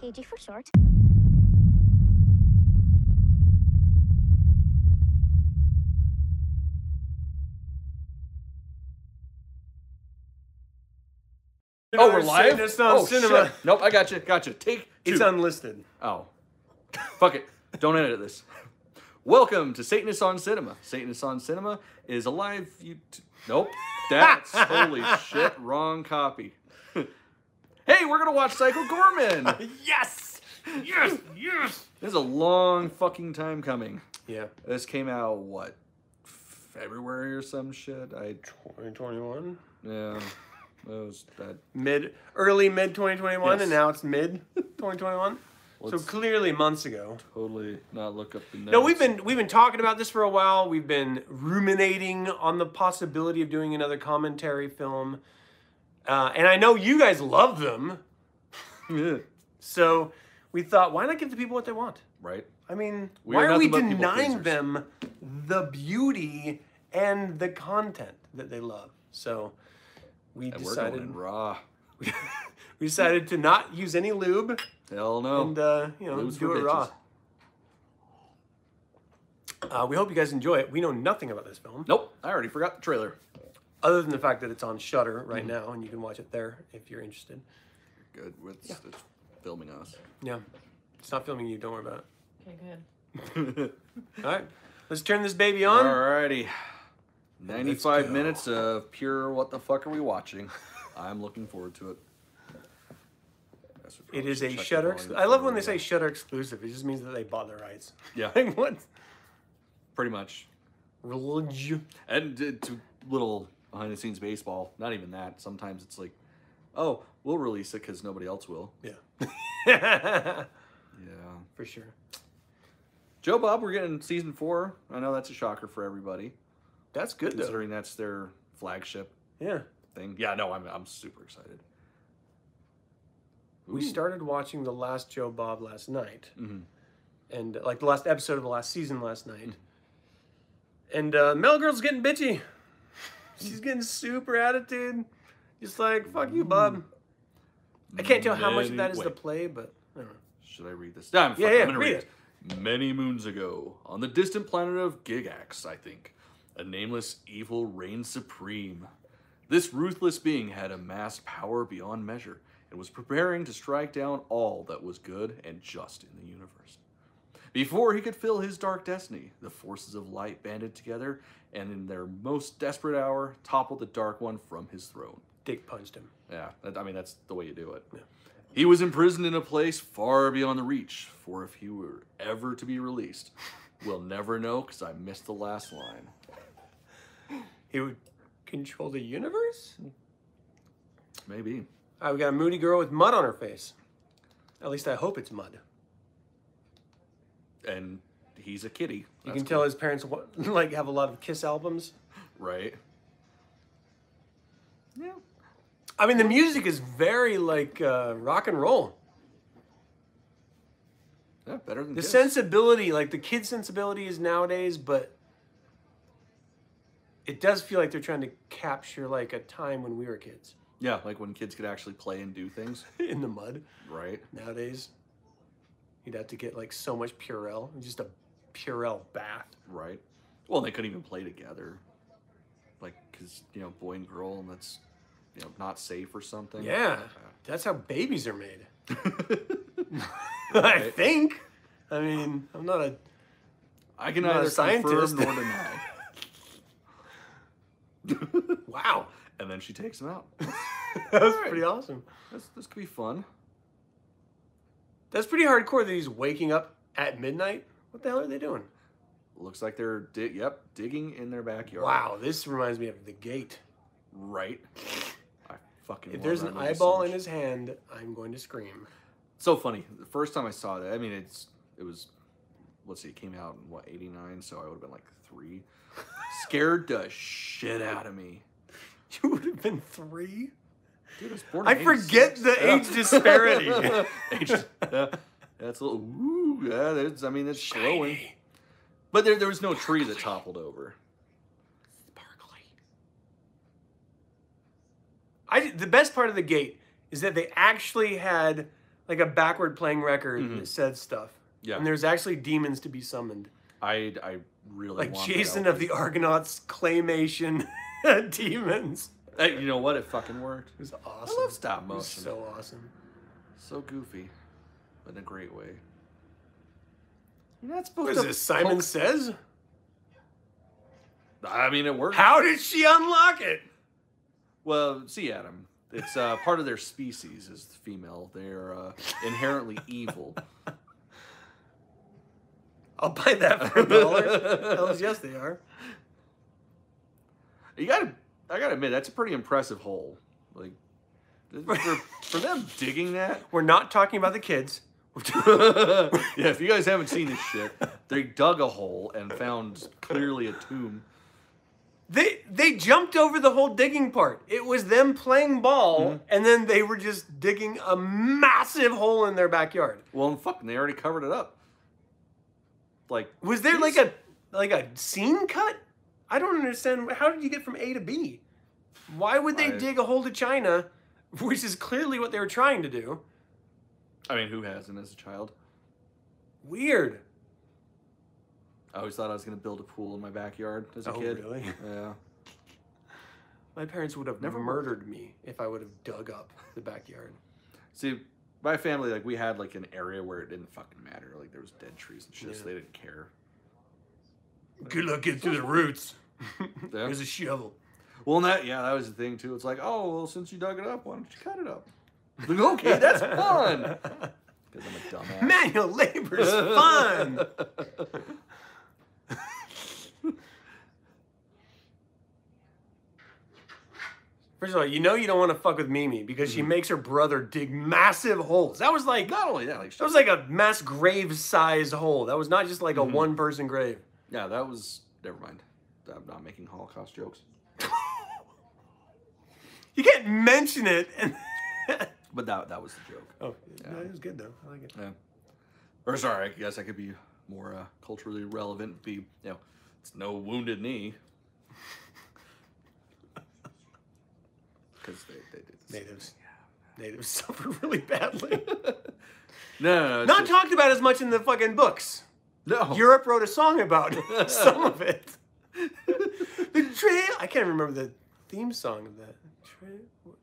KG for short. Oh, we're live. That's not oh, cinema. Shit. Nope, I got you. Got you. Take It's two. unlisted. oh, fuck it. Don't edit this. Welcome to Satanists on Cinema. Satanists on Cinema is a live. You nope. That's holy shit. Wrong copy. hey, we're gonna watch Psycho Gorman. Yes. Yes. Yes. This is a long fucking time coming. Yeah. This came out what February or some shit. I 2021. yeah. That was that. Mid, early mid 2021, Yes. and now it's mid 2021. So Let's- clearly months ago. Totally not look up the notes. No, we've been we've been talking about this for a while. We've been ruminating on the possibility of doing another commentary film, uh, and I know you guys love them. been So we thought, why not give the people what they want? right. I mean, We why are are we nothing but people denying pleasers. them the beauty and the content that they love? So we And we're going decided in raw. we decided to not use any lube Hell no. and uh, you know Lube's do for it raw. bitches. Uh, we hope you guys enjoy it. We know nothing about this film Nope, I already forgot the trailer. other than the fact that it's on Shutter Mm-hmm. right now, and you can watch it there if you're interested. Good, it's, it's filming us. Yeah, it's not filming you. Don't worry about Okay, good. Um, it. All right, let's turn this baby on. Alrighty, ninety-five go. minutes of pure. What the fuck are we watching? I'm looking forward to it. Guess we It probably is should a check the Shutter. volume Ex- before I love when we they say go. Shutter exclusive. It just means that they bought the rights. yeah, Like what? pretty much. Religion. And uh, to little behind-the-scenes baseball. Not even that. Sometimes it's like, oh, we'll release it because nobody else will. Yeah. Yeah. For sure. Joe Bob, we're getting season four. I know that's a shocker for everybody, That's good though. considering that's their flagship Yeah. thing. Yeah, no, I'm I'm super excited. We Ooh. started watching the last Joe Bob last night, Mhm. and uh, like the last episode of the last season last night. Mm-hmm. And uh, Mel Girl's getting bitchy. She's getting super attitude. Just like fuck you, Bob. I can't tell how much of that is the Anyway, play, but I don't know. Should I read this? No, I'm, Yeah, fucking- yeah, I'm gonna read, read it. Many moons ago, on the distant planet of Gigax, I think, a nameless evil reigned supreme. This ruthless being had amassed power beyond measure and was preparing to strike down all that was good and just in the universe. Before he could fill his dark destiny, the forces of light banded together and, in their most desperate hour, toppled the Dark One from his throne. Dick punched him. Yeah, that, I mean that's the way you do it. He was imprisoned in a place far beyond the reach. For if he were ever to be released, we'll never know because I missed the last line. He would control the universe. Maybe. All right, we got a moody girl with mud on her face. At least I hope it's mud. And he's a kitty. You That's can tell his parents wa- like have a lot of Kiss albums. cool, right? Yeah. I mean, the music is very like uh, rock and roll. Yeah, better than The Kiss. sensibility, like the kid sensibility, is nowadays, but it does feel like they're trying to capture like a time when we were kids Yeah, like when kids could actually play and do things, in the mud. right? Nowadays, you'd have to get like so much Purell, just a Purell bath. Right. Well, they couldn't even play together, like because you know boy and girl, and that's you know not safe or something. Yeah, that's how babies are made. I Right. think. I mean, I'm not a I can Not a neither confirm scientist. nor deny. wow. and then she takes him out. That was Alright. pretty awesome. This, this could be fun. That's pretty hardcore that he's waking up at midnight. What the hell are they doing? Looks like they're dig. Yep, digging in their backyard. Wow, this reminds me of the gate. Right. I fucking. If love there's that an movie so eyeball much. in his hand, I'm going to scream. So funny. The first time I saw that, I mean, it's it was. Let's see, it came out in what eighty nine, so I would have been like three. Scared the shit out of me. You would have been three. Dude, I was born. I in 86. forget the Yeah. age disparity. Age- yeah. That's a little. Ooh, yeah, that's, I mean, that's glowing. Shiny, But there, there was no tree that toppled over. sparkly. I the best part of the gate is that they actually had like a backward playing record Mhm. that said stuff. Yeah. And there's actually demons to be summoned. I I really Like want Jason that of the Argonauts claymation demons. one. Hey, you know what? It fucking worked. It was I awesome. love stop It was motion. So, so awesome. goofy, but in a great way. You're not supposed What to. is this? Simon says? I mean, it worked. How did she unlock it? Well, see, Adam, it's uh, part of their species is female. They're uh, inherently evil. I'll buy that for a dollar. Hells yes, they are. You gotta, I gotta admit, that's a pretty impressive hole. Like, th- for, for them digging that. We're not talking about the kids. yeah, if you guys haven't seen this shit, they dug a hole and found clearly a tomb. They they jumped over the whole digging part. It was them playing ball, Mm-hmm. and then they were just digging a massive hole in their backyard. Well, fucking, they already covered it up. Like, Was there like these- a like a scene cut? I don't understand. How did you get from A to B? Why would they I- dig a hole to China, which is clearly what they were trying to do? I mean, who hasn't as a child? Weird. I always thought I was gonna build a pool in my backyard as a Oh, kid. really? Yeah. My parents would have Never never worked. murdered me if I would have dug up the backyard. See, my family, like, we had, like, an area where it didn't fucking matter. Like, there was dead trees and shit, so Yeah. they didn't care. Good luck getting through the roots. Yeah. There's a shovel. Well, and that, yeah, that was the thing, too. It's like, oh, well, since you dug it up, why don't you cut it up? Like, okay, that's fun! Because I'm a dumbass. Manual labor's fun. First of all, you know you don't want to fuck with Mimi because she makes her brother dig massive holes. That was like that Not only that, like, was like a mass grave sized hole. That was not just like a one person grave. yeah, that was, never mind. I'm not making Holocaust jokes. You can't mention it and But that, that was the joke. Oh, it was good though. I like it. Yeah. Or sorry, I guess I could be more uh, culturally relevant. Be you know, it's no wounded knee. Because they, they did. This. Natives. Natives suffer really badly. No, no, no. not it's just- Oh. talked about as much in the fucking books. no. Europe wrote a song about some of it. the trail. I can't remember the theme song of that. Tra- what-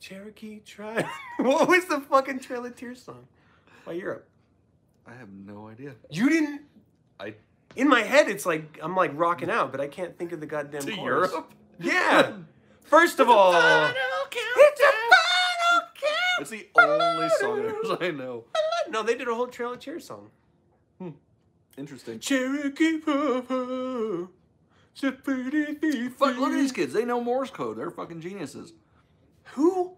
Cherokee tribe. what was the fucking Trail of Tears song by Europe? I have no idea. You didn't. I In my head, it's like I'm like rocking out, but I can't think of the goddamn. to chorus. Europe. Yeah. First of all, it's a final countdown. It's the only song I know. No, they did a whole Trail of Tears song. Interesting. Cherokee Papa. Fuck, look at these kids. They know Morse code. They're fucking geniuses. Who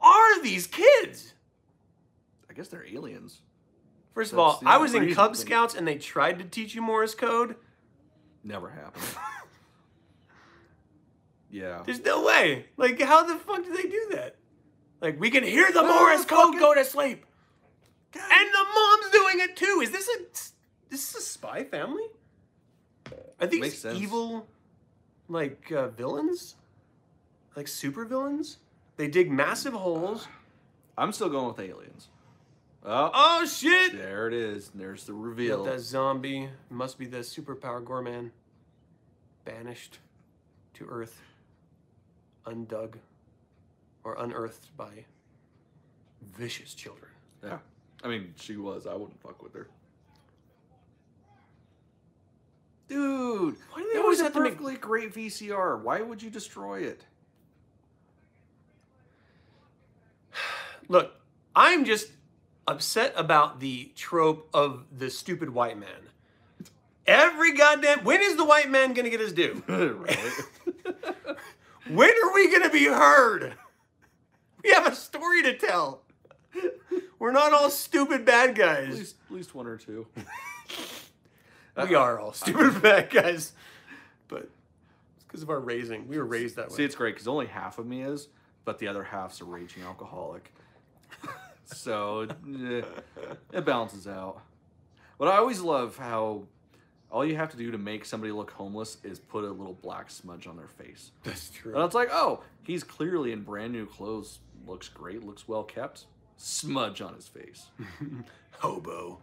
are these kids? I guess they're aliens. First of That's all, the I was reason in Cub for me. Scouts and they tried to teach you Morse code. Never happened. yeah. There's no way. Like, how the fuck did they do that? Like, we can hear the Morse code go to sleep. And the mom's doing it too. Is this a this is a spy family? Are these Makes sense. evil, like uh, villains, like super villains? They dig massive holes. I'm still going with aliens. Oh, Oh shit! There it is. There's the reveal. Got that zombie must be the superpower gourmand. Banished to Earth. Undug or unearthed by vicious children. yeah. I mean, she was. I wouldn't fuck with her. Dude, Why do they that always was a have to make- perfectly great VCR. Why would you destroy it? Look, I'm just upset about the trope of the stupid white man. Every goddamn when is the white man gonna get his due? right? When are we going to be heard? We have a story to tell. We're not all stupid bad at, guys. least, at least one or two. We are all stupid bad guys. But it's because of our raising. We were raised that way. See, it's great because only half of me is, but the other half's a raging alcoholic. so eh, it balances out. But I always love how all you have to do to make somebody look homeless is put a little black smudge on their face. That's true. And it's like, oh, he's clearly in brand new clothes, looks great, looks well kept. smudge on his face. Hobo.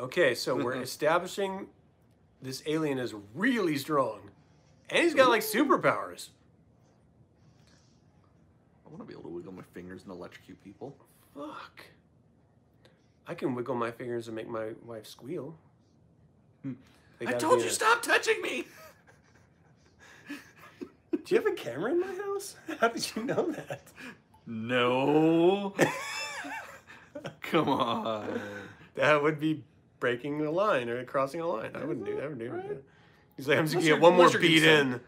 Okay, so we're establishing this alien is really strong. And he's got like superpowers. I want to be able to wiggle my fingers and electrocute people. Fuck. I can wiggle my fingers and make my wife squeal. They Hmm. I gotta told be you, in a- stop touching me! Do you have a camera in my house? How did you know that? No. Come on. That would be breaking a line or crossing a line. I wouldn't do that. I wouldn't do Right. that. He's like, I'm just Unless gonna you're- get one more unless you're beat in. concerned.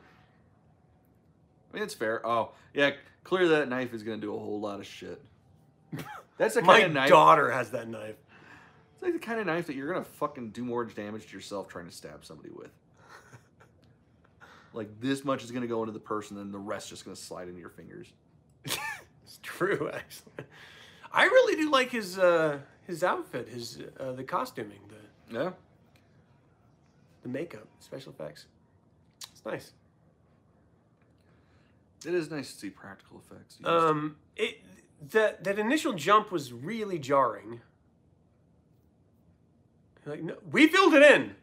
I mean, it's fair. Oh, yeah. Clear that knife is going to do a whole lot of shit. That's the kind My of knife. daughter has that knife. It's like the kind of knife that you're gonna fucking do more damage to yourself trying to stab somebody with. like this much is gonna go into the person, and the rest just gonna slide into your fingers. It's true, actually. I really do like his uh, his outfit, his uh, the costuming, the Yeah. the makeup, special effects. It's nice. It is nice to see practical effects. used. Um, it that that initial jump was really jarring. Like no, we filled it in.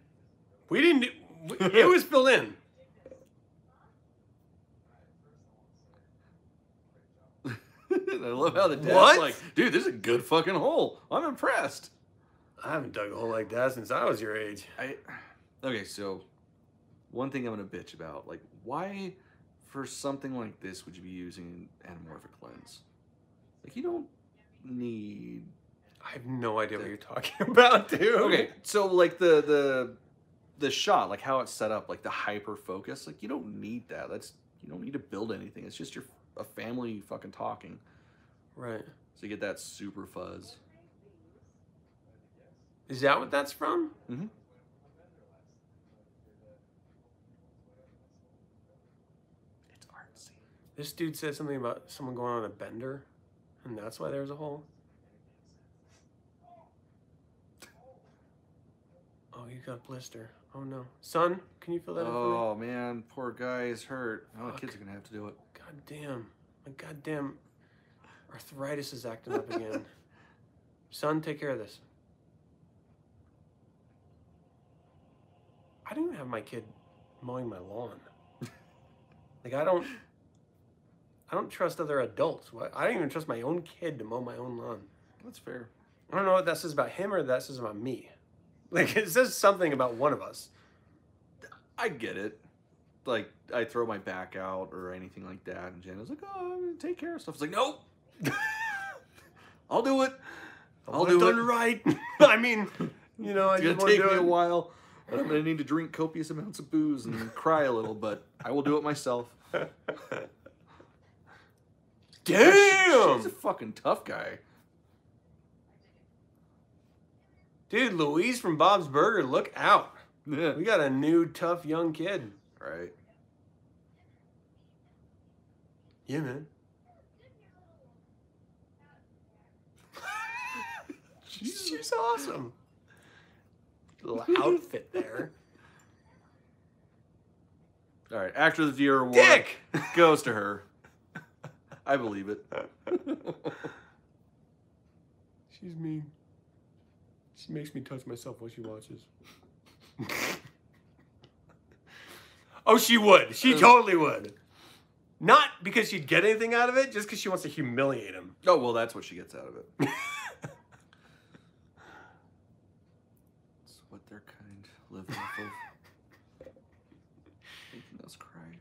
We didn't. we- It was filled in. I love how the dad's What? like, dude, this is a good fucking hole. I'm impressed. I haven't dug a hole like that since I was your age. I okay, so one thing I'm gonna bitch about, like, why for something like this would you be using an anamorphic lens? Like, you don't need I have no idea what you're talking about, dude. okay so like the the the shot like how it's set up like the hyper focus like you don't need that that's you don't need to build anything it's just your a family fucking talking Right. so you get that super fuzz Is that what that's from? Mhm. it's artsy This dude said something about someone going on a bender, and that's why there's a hole. Oh, you got a blister. Oh no, son, can you fill that in for me? oh man poor guy is hurt now the kids are gonna have to do it God damn. My goddamn arthritis is acting up again. Son, take care of this. I didn't have my kid mowing my lawn. Like I don't I don't trust other adults. Why- I don't even trust my own kid to mow my own lawn. that's fair I don't know what that says about him or that says about me. Like it says something about one of us. i get it like i throw my back out or anything like that and Jen is like oh I'm gonna take care of stuff it's like nope i'll do it I I'll want do done it. right. I mean, you know, I It's just gonna want to take do me a it. while, and I'm gonna need to drink copious amounts of booze and cry a little, but I will do it myself. Damn! She's a fucking tough guy. Dude, Louise from Bob's Burger, look out. Yeah. We got a new tough young kid. Right. Yeah, man. she's, she's awesome. Little outfit there. All right. Actor of the year award Dick! goes to her. I believe it. She's mean. She makes me touch myself while she watches. oh, she would. She Uh. totally would. Not because she'd get anything out of it, just because she wants to humiliate him. Oh well, that's what she gets out of it. it's what their kind live off of. Making us cry.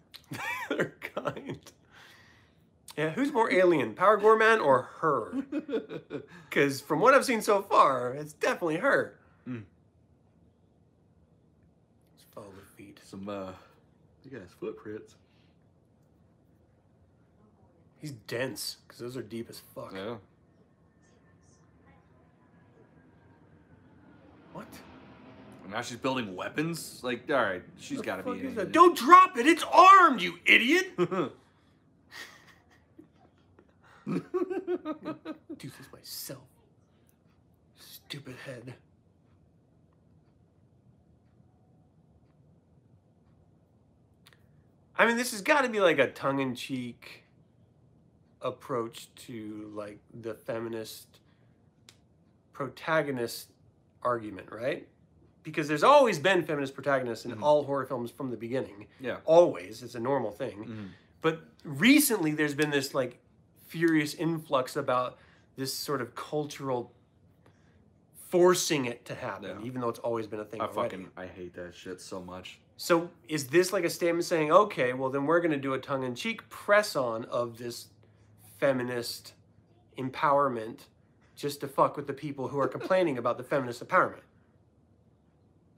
They're kind. Yeah, who's more alien, Power Gorman or her? Because from what I've seen so far, it's definitely her. Mm. Let's follow the feet. Some uh, you guys footprints. He's dense because those are deep as fuck. Yeah. What? Now she's building weapons. Like, all right, she's The got to fuck be. is An that? idiot. Don't drop it. It's armed, you idiot. do this myself. Stupid head. I mean, this has got to be like a tongue in cheek, approach to like the feminist protagonist argument, right? Because there's always been feminist protagonists in Mhm. all horror films from the beginning. Yeah. Always, it's a normal thing. Mhm. But recently, there's been this like furious influx about this sort of cultural forcing it to happen, Yeah. even though it's always been a thing. I already. fucking I hate that shit so much. So is this like a statement saying, okay, well then we're going to do a tongue-in-cheek press-on of this feminist empowerment just to fuck with the people who are complaining about the feminist empowerment?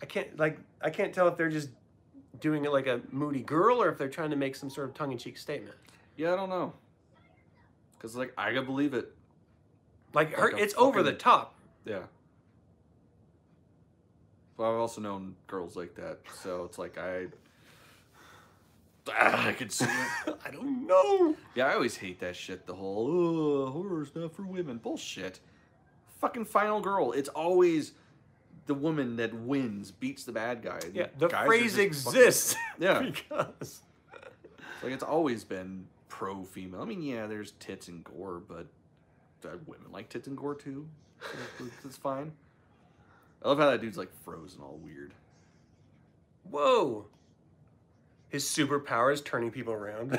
I can't like I can't tell if they're just doing it like a moody girl or if they're trying to make some sort of tongue-in-cheek statement. Yeah, I don't know. Cause like I gotta believe it. Like her, Like a it's over the fucking- top. Yeah. But I've also known girls like that, so it's like I. Ah, I could see it. I don't know. yeah, I always hate that shit. The whole oh, horror's not for women bullshit. Fucking final girl. It's always the woman that wins beats the bad guy. Yeah, the guys are phrase just fucking- exists Yeah. because Like it's always been pro female. I mean, yeah, there's tits and gore, but uh, women like tits and gore too. So it's- It's fine. I love how that dude's like frozen all weird. whoa his superpower is turning people around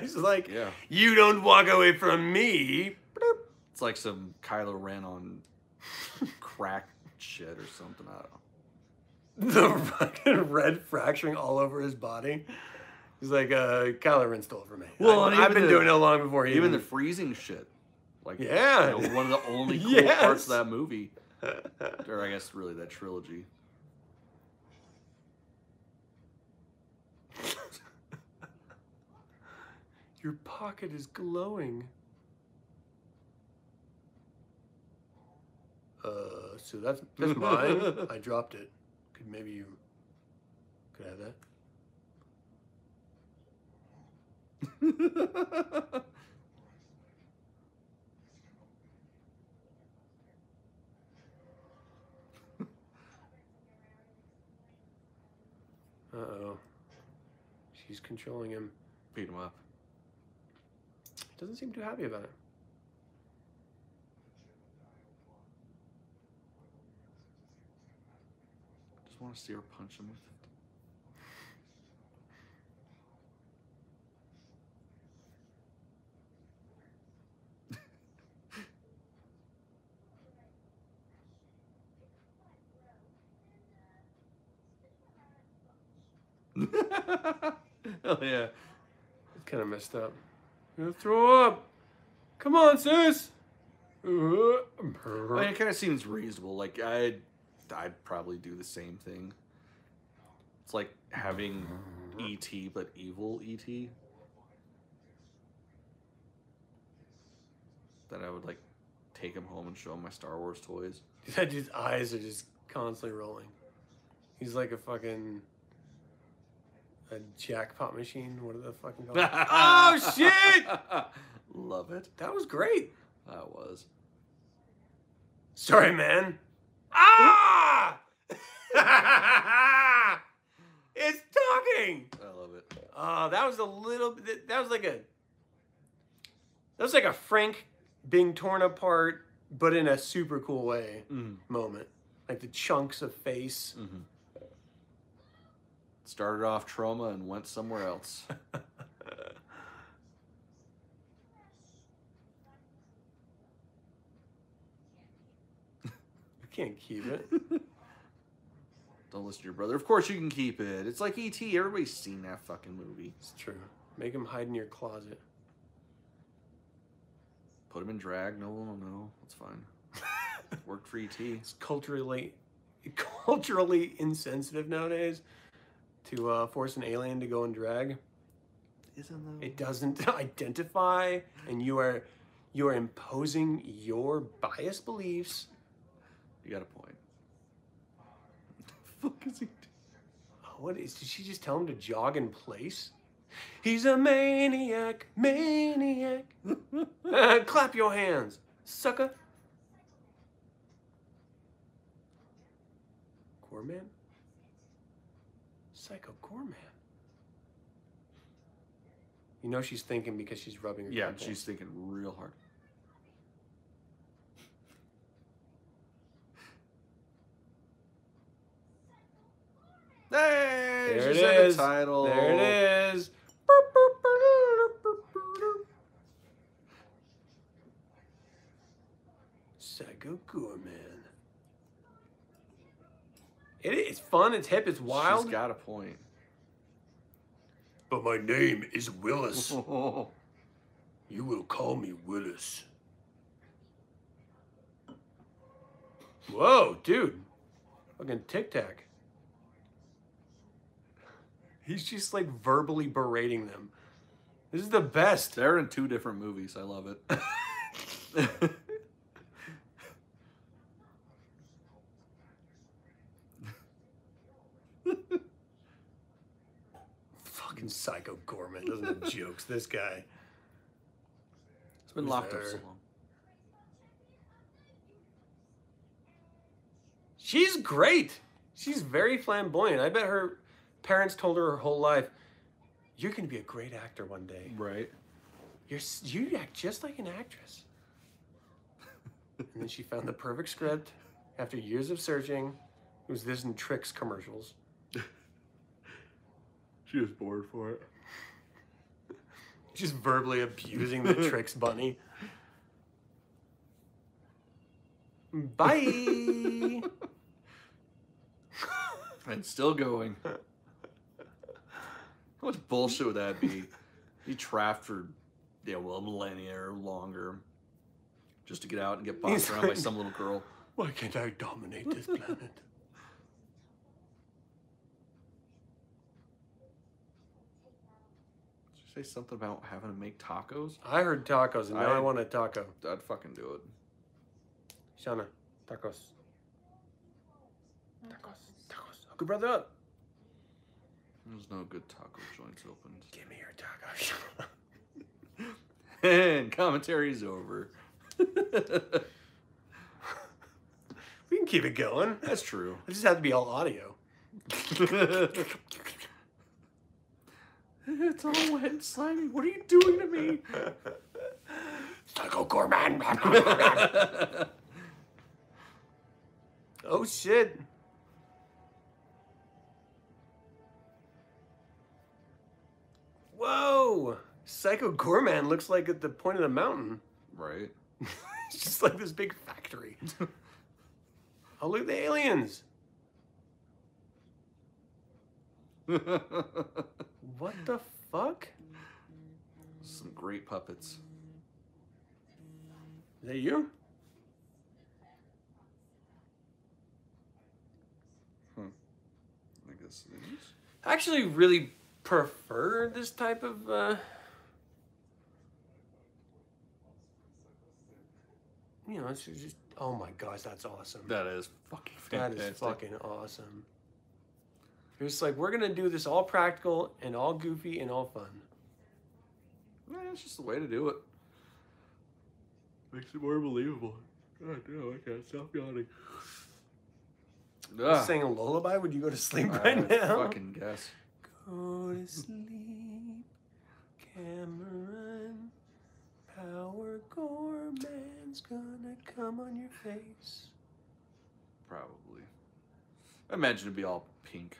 he's like Yeah. you don't walk away from me Bloop. It's like some Kylo Ren on crack shit or something. I don't know. the fucking red fracturing all over his body he's like uh Kylo Ren stole it from me Well, I, and have even been the- doing it long before he Even the freezing shit. Like, Yeah. you know, one of the only cool parts Yes. of that movie. Or I guess really that trilogy. your pocket is glowing uh so that's that's mine I dropped it could maybe you could I have that Uh oh. She's controlling him. Beat him up. He doesn't seem too happy about it. Just want to see her punch him with it. Hell yeah. It's kind of messed up. I'm gonna throw up. Come on, sis. I mean, it kind of seems reasonable. Like I'd, I'd probably do the same thing. It's like having ET but evil E ET. Then I would like take him home and show him my Star Wars toys. That dude's eyes are just constantly rolling. He's like a fucking a jackpot machine. What are the fucking called? oh shit! Love it. That was great. That was. Sorry, man. Ah! it's talking. I love it. Oh, that was a little. That, that was like a. That was like a Frank being torn apart, but in a super cool way Mm. moment. Like the chunks of face. hmm Started off trauma and went somewhere else. You can't keep it. Don't listen to your brother. Of course you can keep it. It's like ET. Everybody's seen that fucking movie. It's true. Make him hide in your closet. Put him in drag. No one will know. It's fine. Worked for E ET. It's culturally, culturally insensitive nowadays to uh, force an alien to go in drag. Isn't It doesn't identify, and you are, you are imposing your biased beliefs You got a point. What the fuck is he doing? What is? Did she just tell him to jog in place? He's a maniac, maniac. Clap your hands, sucker. Gorman? Psycho Gorman. You know she's thinking because she's rubbing her Yeah, temple. she's thinking real hard. Hey, There she's it in is. the title. There it is. Psycho Gourman. It, it's fun. It's hip. It's wild. She's got a point. but my name is Willis. Oh, You will call me Willis. Whoa, dude. Fucking Tic Tac. He's just like verbally berating them. This is the best. they're in two different movies. I love it. Fucking Psycho Gorman doesn't have jokes, this guy. it's been Who's locked up so there? long. She's great. She's very flamboyant. I bet her parents told her her whole life, you're going to be a great actor one day. Right. You're, s- you act just like an actress. and then she found the perfect script after years of searching. It was this and Tricks commercials. She was bored for it. Just verbally abusing the Tricks bunny. Bye. And still going. How much bullshit would that be? He trapped for, yeah, well, a millennia or longer just to get out and get bossed He's around by like- some little girl. Why can't I dominate this planet? Did you say something about having to make tacos? I heard tacos and now I, I- want a taco. I'd fucking do it. Shauna, tacos. Tacos. Tacos. Hook your brother up. There's no good taco joints opened. Give me your taco. And commentary's over. we can keep it going. That's true. It just had to be all audio. it's all wet and slimy. What are you doing to me? Psycho Gorman. oh shit. Whoa! Psycho Gorman looks like at the point of the mountain. right. It's just like this big factory. oh look at the aliens. What the fuck? Some great puppets. Is that you? I guess it is. I actually really prefer this type of uh you know, it's just oh my gosh, that's awesome. That is fucking that is fantastic. fucking awesome. It's like we're gonna do this all practical and all goofy and all fun. Yeah, that's just the way to do it. Makes it more believable. God damn, I can't stop yawning. If you Sang a lullaby, would you go to sleep right I now? fucking guess. Go to sleep, Cameron. Power Gorman's gonna come on your face. Probably. I imagine it'd be all pink.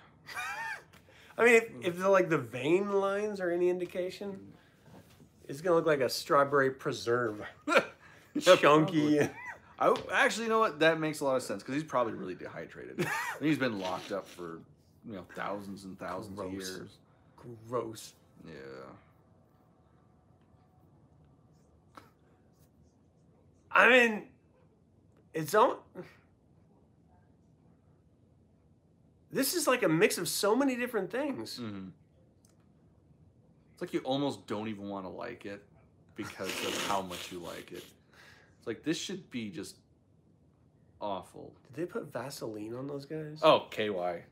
I mean, if, if the, like the vein lines are any indication, it's gonna look like a strawberry preserve, chunky. probably. I w- actually, you know what? That makes a lot of sense because he's probably really dehydrated. and he's been locked up for you know thousands and thousands Gross. of years. Gross. Yeah. I mean, it's all. This is like a mix of so many different things. hmm It's like you almost don't even want to like it because of how much you like it. It's like this should be just awful. Did they put Vaseline on those guys? Oh, KY.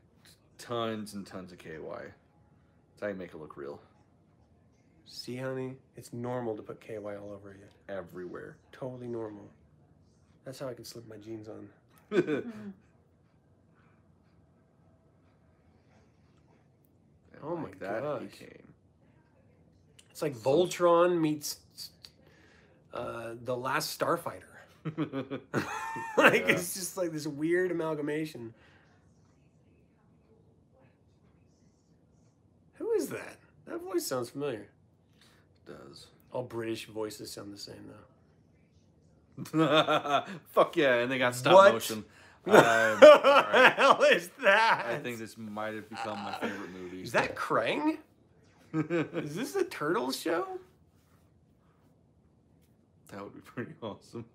Tons and tons of KY. That's how you make it look real. See, honey, it's normal to put KY all over you. Everywhere. Totally normal. That's how I can slip my jeans on. And Oh my like that, Oh gosh. he came. It's like Voltron meets uh, the Last Starfighter. like Yeah. it's just like this weird amalgamation. Who is that? That voice sounds familiar. does. All British voices sound the same though. Fuck yeah, and they got stop What? motion. I'm What sorry. the hell is that? I think this might have become my favorite movie. is that Krang? Is this the Turtles show? That would be pretty awesome.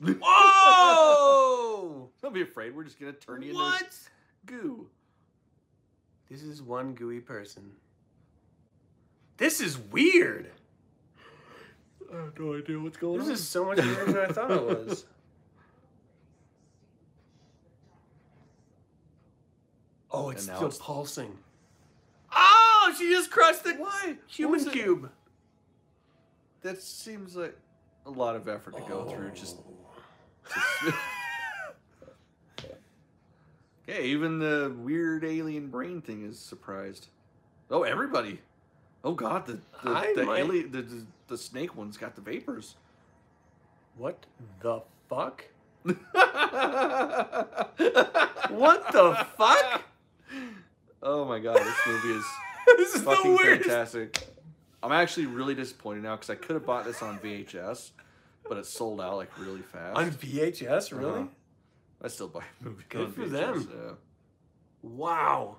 Whoa! Don't be afraid. We're just gonna turn you into what? goo. This is one gooey person. This is weird. I have no idea what's going This is so much weirder than I thought it was. Oh, it's And now still it's- pulsing. Oh, she just crushed the Why? What human was it? cube. That seems like a lot of effort to go Oh. through. Just. yeah, even the weird alien brain thing is surprised. Oh, everybody! Oh God, the the, I the, might- alien, the, the the snake one's got the vapors. What the fuck? what the fuck? Oh my God, this movie is. this is the fucking weirdest. fantastic. I'm actually really disappointed now because I could have bought this on VHS, but it sold out like really fast. On VHS, really? Uh-huh. I still buy a movie. Good on for VHS, them. Wow.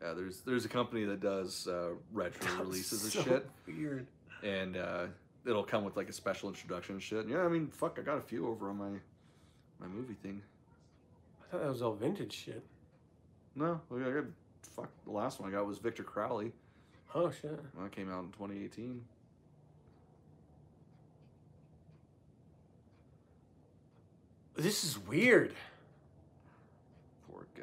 Yeah. yeah, Uh, there's there's a company that does uh, retro That was releases so of shit, Weird. and uh, it'll come with like a special introduction and shit. Yeah, I mean, fuck, I got a few over on my my movie thing. I thought that was all vintage shit. No, I got fuck. The last one I got was Victor Crowley. Oh shit. That came out in 2018. This is weird. Poor guy.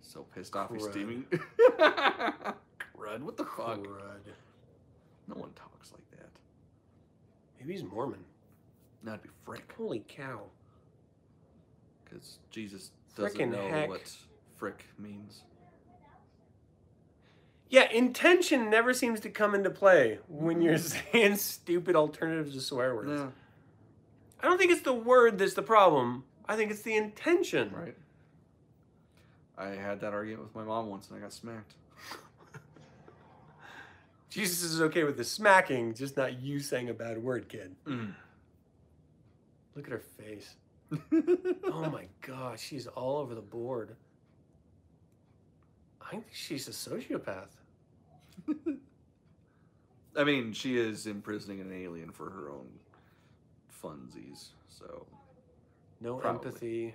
So pissed off he's Crud. steaming. Crud, what the fuck? Crud. No one talks like that. Maybe he's Mormon. That'd be frick. Holy cow. Because Jesus doesn't Frickin' know heck. what frick means. Yeah, intention never seems to come into play when you're saying stupid alternatives to swear words. No. I don't think it's the word that's the problem. I think it's the intention. Right? I had that argument with my mom once and I got smacked. Jesus is okay with the smacking, just not you saying a bad word, kid. Look at her face. Oh my god, she's all over the board. I think she's a sociopath. I mean, she is imprisoning an alien for her own funsies, so. No Probably. empathy.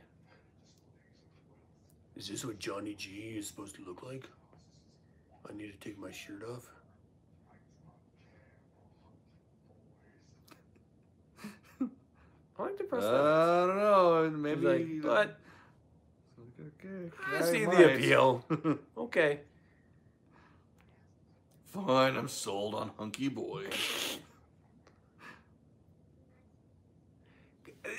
Is this what Johnny G is supposed to look like? I need to take my shirt off. I like I depressed uh, don't know. Maybe. like, but Okay, I see the might. appeal. Okay. Fine, I'm sold on Hunky Boy.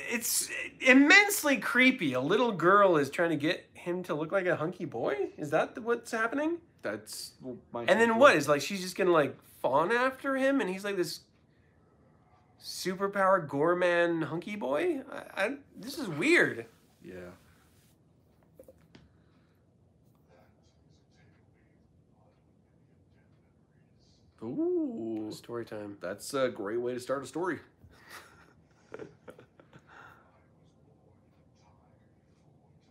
It's immensely creepy. A little girl is trying to get him to look like a hunky boy. Is that what's happening? That's well, my. And then thinking. what is like she's just gonna like fawn after him, and he's like this superpower gourmand hunky boy. I, I, this is weird. Yeah. Ooh, Story time. that's a great way to start a story.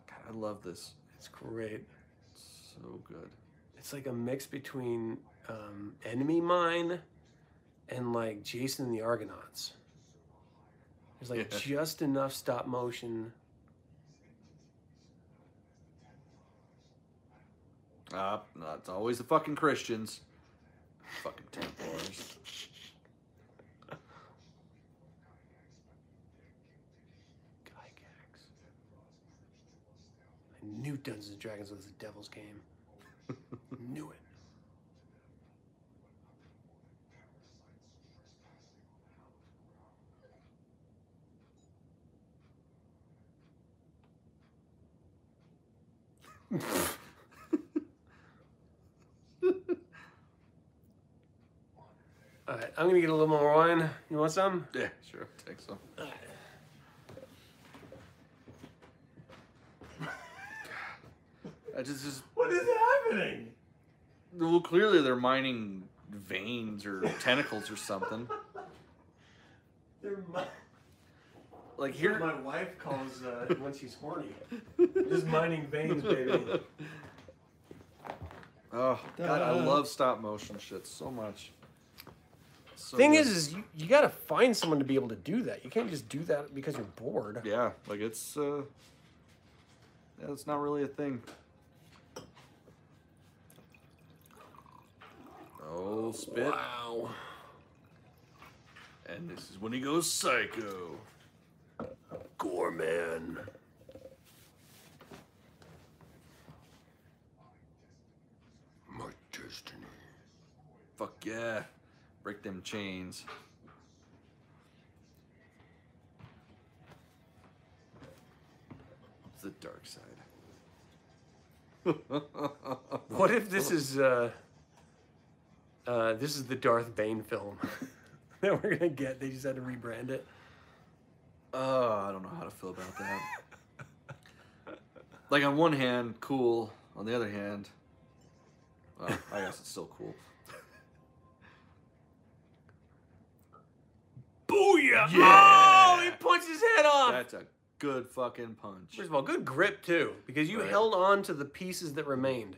God, I love this. It's great. It's so good. It's like a mix between um, Enemy Mine and like Jason and the Argonauts. There's like Yeah. just enough stop motion. Ah, no, it's always the fucking Christians. Fucking Templars. Gygax. I knew Dungeons and Dragons was the devil's game. knew it. All right, I'm gonna get a little more wine. You want some? Yeah, sure. Take some. I just, just What is happening? well, clearly they're mining veins or tentacles or something. They're my, Like here here, my wife calls uh, when she's horny. Just mining veins, baby. oh god, I Duh. love stop motion shit so much. So Thing good. is, is you, you gotta find someone to be able to do that. You can't just do that because you're bored. yeah, like it's uh, yeah, it's not really a thing. Oh, spit. Wow. And this is when he goes psycho. Gorman. My destiny. Fuck yeah. Break them chains. It's the dark side. What if this is uh, uh, this is the Darth Bane film that we're gonna get? They just had to rebrand it. oh, I don't know how to feel about that. like, on one hand, cool. On the other hand, well, I guess it's still cool. Booyah! Yeah! Oh, he puts his head off. That's a good fucking punch. First of all, good grip too, because you Right. held on to the pieces that remained.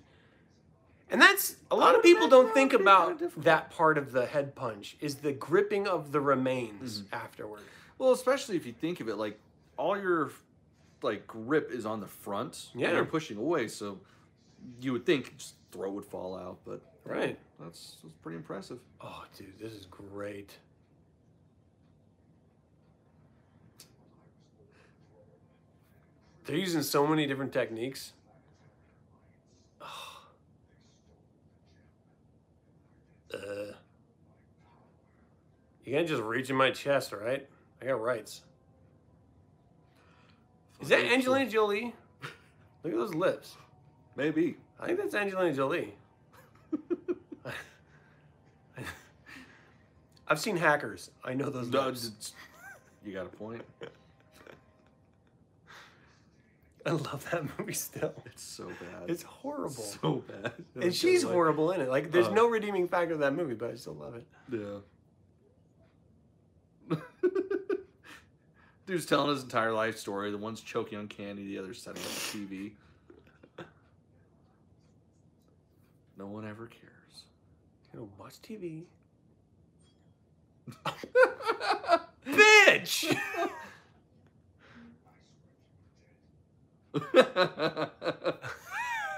And that's a lot of people don't think about that part of the head punch is the gripping of the remains afterward. Well, especially if you think of it, like all your like grip is on the front. and Yeah. you're pushing away, so you would think just throw would fall out, but Right. that's, that's pretty impressive. Oh, dude, this is great. They're using so many different techniques. Ugh. Uh, you can't just reach in my chest, all right? I got rights. Is that Angelina Jolie? Look at those lips. Maybe. I think that's Angelina Jolie. I've seen hackers. I know those No, lips. it's- you got a point. I love that movie still. It's so bad. It's horrible. so bad. and she's Like, horrible in it. Like, there's Uh. no redeeming factor of that movie, but I still love it. Yeah. Dude's telling his entire life story. The one's choking on candy, the other's setting up the TV. No one ever cares. You know, watch TV. Bitch!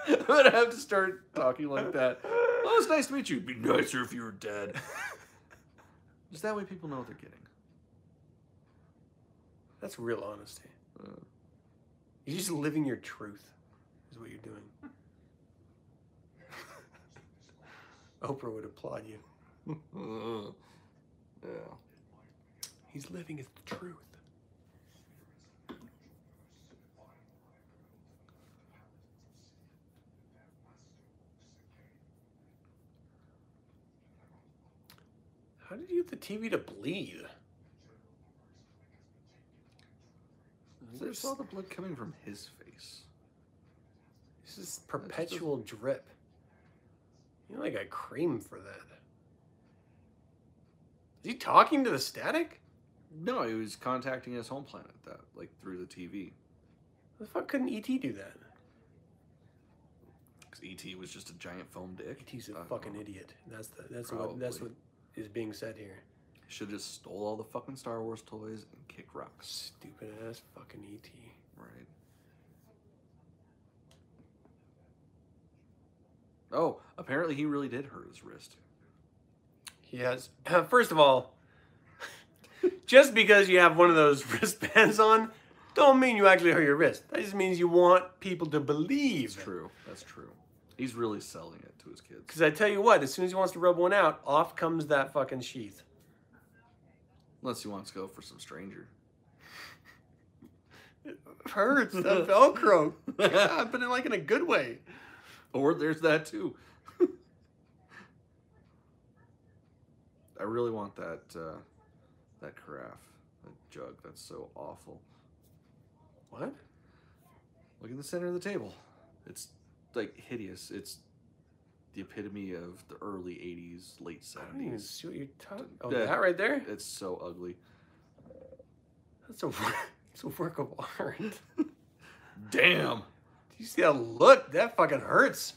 I'm gonna have to start talking like that. Oh, it's nice to meet you. It'd be nicer if you were dead. Just that way people know what they're getting. That's real honesty. Uh. You're just living your truth, is what you're doing. Oprah would applaud you. yeah. He's living his truth. How did you get the TV to bleed? So I saw the blood coming from his face. This is perpetual drip. You know, like I cream for that. Is he talking to the static? No, he was contacting his home planet that like through the TV. How the fuck couldn't ET do that? Because ET E was just a giant foam dick. ET's E a Uh, fucking idiot. That's the that's what that's what Probably. is being said here. Should have just stole all the fucking Star Wars toys and kick rocks. Stupid ass fucking E ET. Right. Oh, apparently he really did hurt his wrist. He has. First of all, just because you have one of those wristbands on, don't mean you actually hurt your wrist. That just means you want people to believe. It's true. That's true. He's really selling it to his kids. Because I tell you what, as soon as he wants to rub one out, off comes that fucking sheath. Unless he wants to go for some stranger. Hurts that Velcro, God, but in like in a good way. Or there's that too. I really want that uh, that carafe, that jug. That's so awful. What? Look in the center of the table. It's like hideous. It's the epitome of the early '80s, late I don't even '70s. see what you're talking. Oh, Yeah. that right there? It's so ugly. That's a that's a work of art. Do Damn. you see that look? That fucking hurts.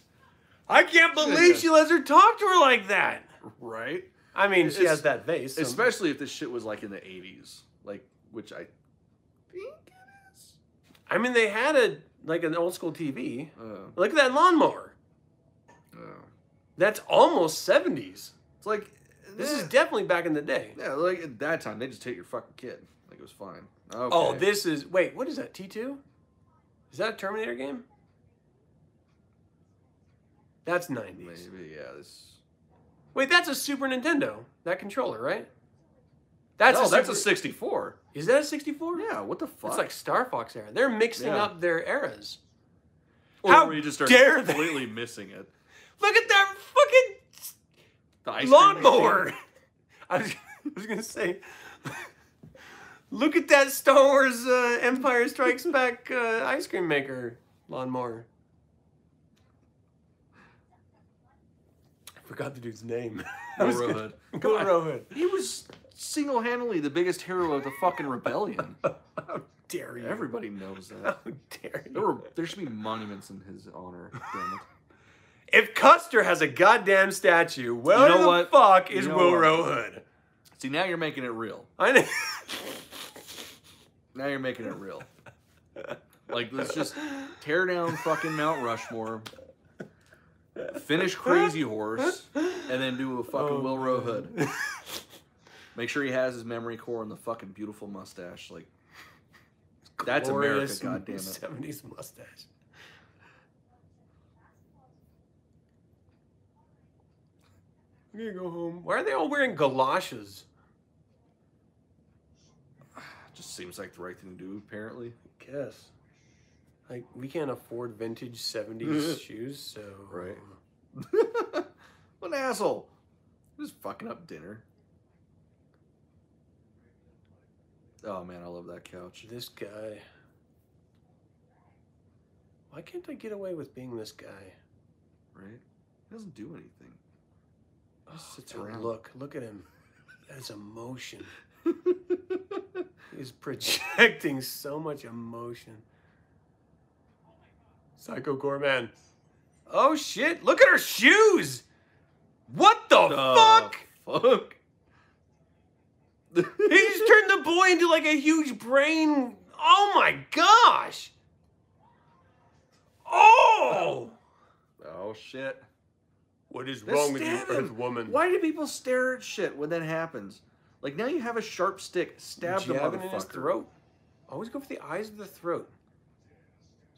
I can't believe she lets her talk to her like that. Right. I mean, she It's- has that face. so- Especially if this shit was like in the '80s, like which I think it is. I mean, they had a like an old school TV. Uh, Look at that lawnmower. uh, That's almost seventies. it's like This eh. is definitely back in the day. Yeah, like at that time they just hit your fucking kid. Like it was fine. Okay. Oh, this is wait. What is that? T two? Is that a Terminator game? That's nineties. maybe yeah. This Wait, that's a Super Nintendo. That controller, right? That's no, a that's a Super- sixty four. Is that a sixty four? Yeah, what the fuck? It's like Star Fox era. They're mixing Yeah. up their eras. Or how were you just start dare they? completely missing it. Look at that fucking The ice cream lawnmower. machine. I was, I was gonna say, look at that Star Wars uh, Empire Strikes Back uh, ice cream maker lawnmower. I forgot the dude's name. I was Goro gonna- Hood. Go Rohit. He was single handedly the biggest hero of the fucking rebellion. How dare you? Everybody knows that. How dare There you? were there should be monuments in his honor. Damn it. If Custer has a goddamn statue, well, You know the what? fuck You is know Will what? Rohit? See now you're making it real. I know. Now you're making it real. Like let's just tear down fucking Mount Rushmore, finish Crazy Horse, and then do a fucking Oh, Will Rowe Hood. Make sure he has his memory core and the fucking beautiful mustache. Like That's America, Glorious goddamn it. 70s mustache. I'm gonna go home. Why are they all wearing galoshes? just seems like the right thing to do. Apparently, I guess. Like, we can't afford vintage 70s shoes, so. Right. what an asshole! Just fucking up dinner. Oh man, I love that couch. This guy. Why can't I get away with being this guy? Right? He doesn't do anything. Oh, sits God, around. Look, look at him. That is emotion. He's projecting so much emotion. Psycho Gorman. Oh shit, look at her shoes! What the fuck? Oh, Fuck. He just turned the boy into like a huge brain. Oh my gosh! Oh! oh shit. What is Just stab him. Why do people stare at shit when that happens? Like now you have a sharp stick, stab the Jabbing in his motherfucker. throat. Always go for the eyes of the throat.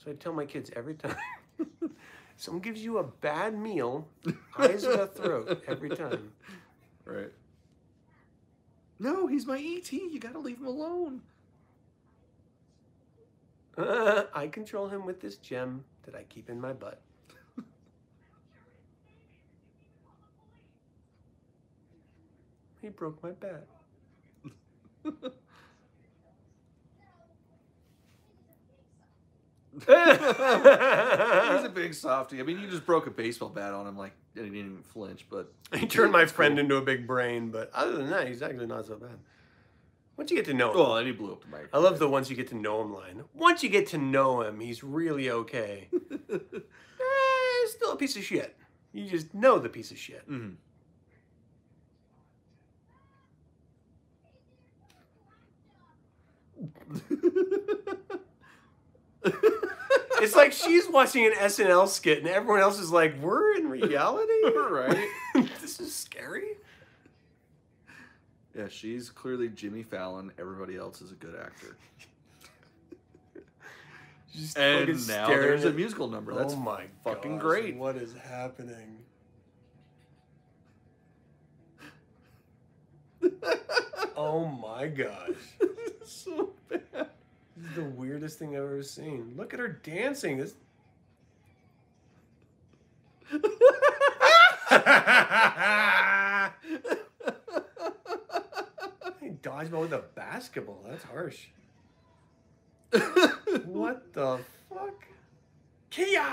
So I tell my kids every time. Someone gives you a bad meal, eyes of the throat every time. Right. No, he's my ET. You gotta leave him alone. Uh, I control him with this gem that I keep in my butt. he broke my bat. He's a big softy. I mean, you just broke a baseball bat on him, like, and he didn't even flinch. But He turned my friend into a big brain, but other than that, he's actually not so bad. Once you get to know him, well, and he blew up the mic. I love the once you get to know him line. Once you get to know him, he's really okay. Eh, still a piece of shit. You just know the piece of shit. Mhm. It's like she's watching an SNL skit and everyone else is like, we're in reality? Right. this is scary. Yeah, she's clearly Jimmy Fallon. Everybody else is a good actor. Just And fucking now staring there's a at- musical number. That's oh my fucking gosh, great. What is happening? oh my gosh. so bad. Oh This is the weirdest thing I've ever seen. Look at her dancing. This dodgeball with a basketball. That's harsh. What the fuck? Kia!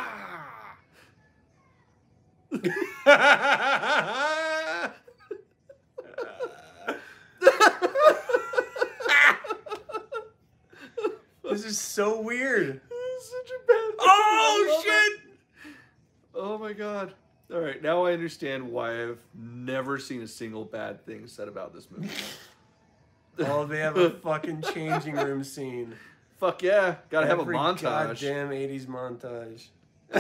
this is so weird. Such a bad. Oh shit! Oh my god. All right, now I understand why I've never seen a single bad thing said about this movie. Oh, they have a fucking changing room scene. Fuck yeah, gotta have a Every montage. Goddamn 80s montage. I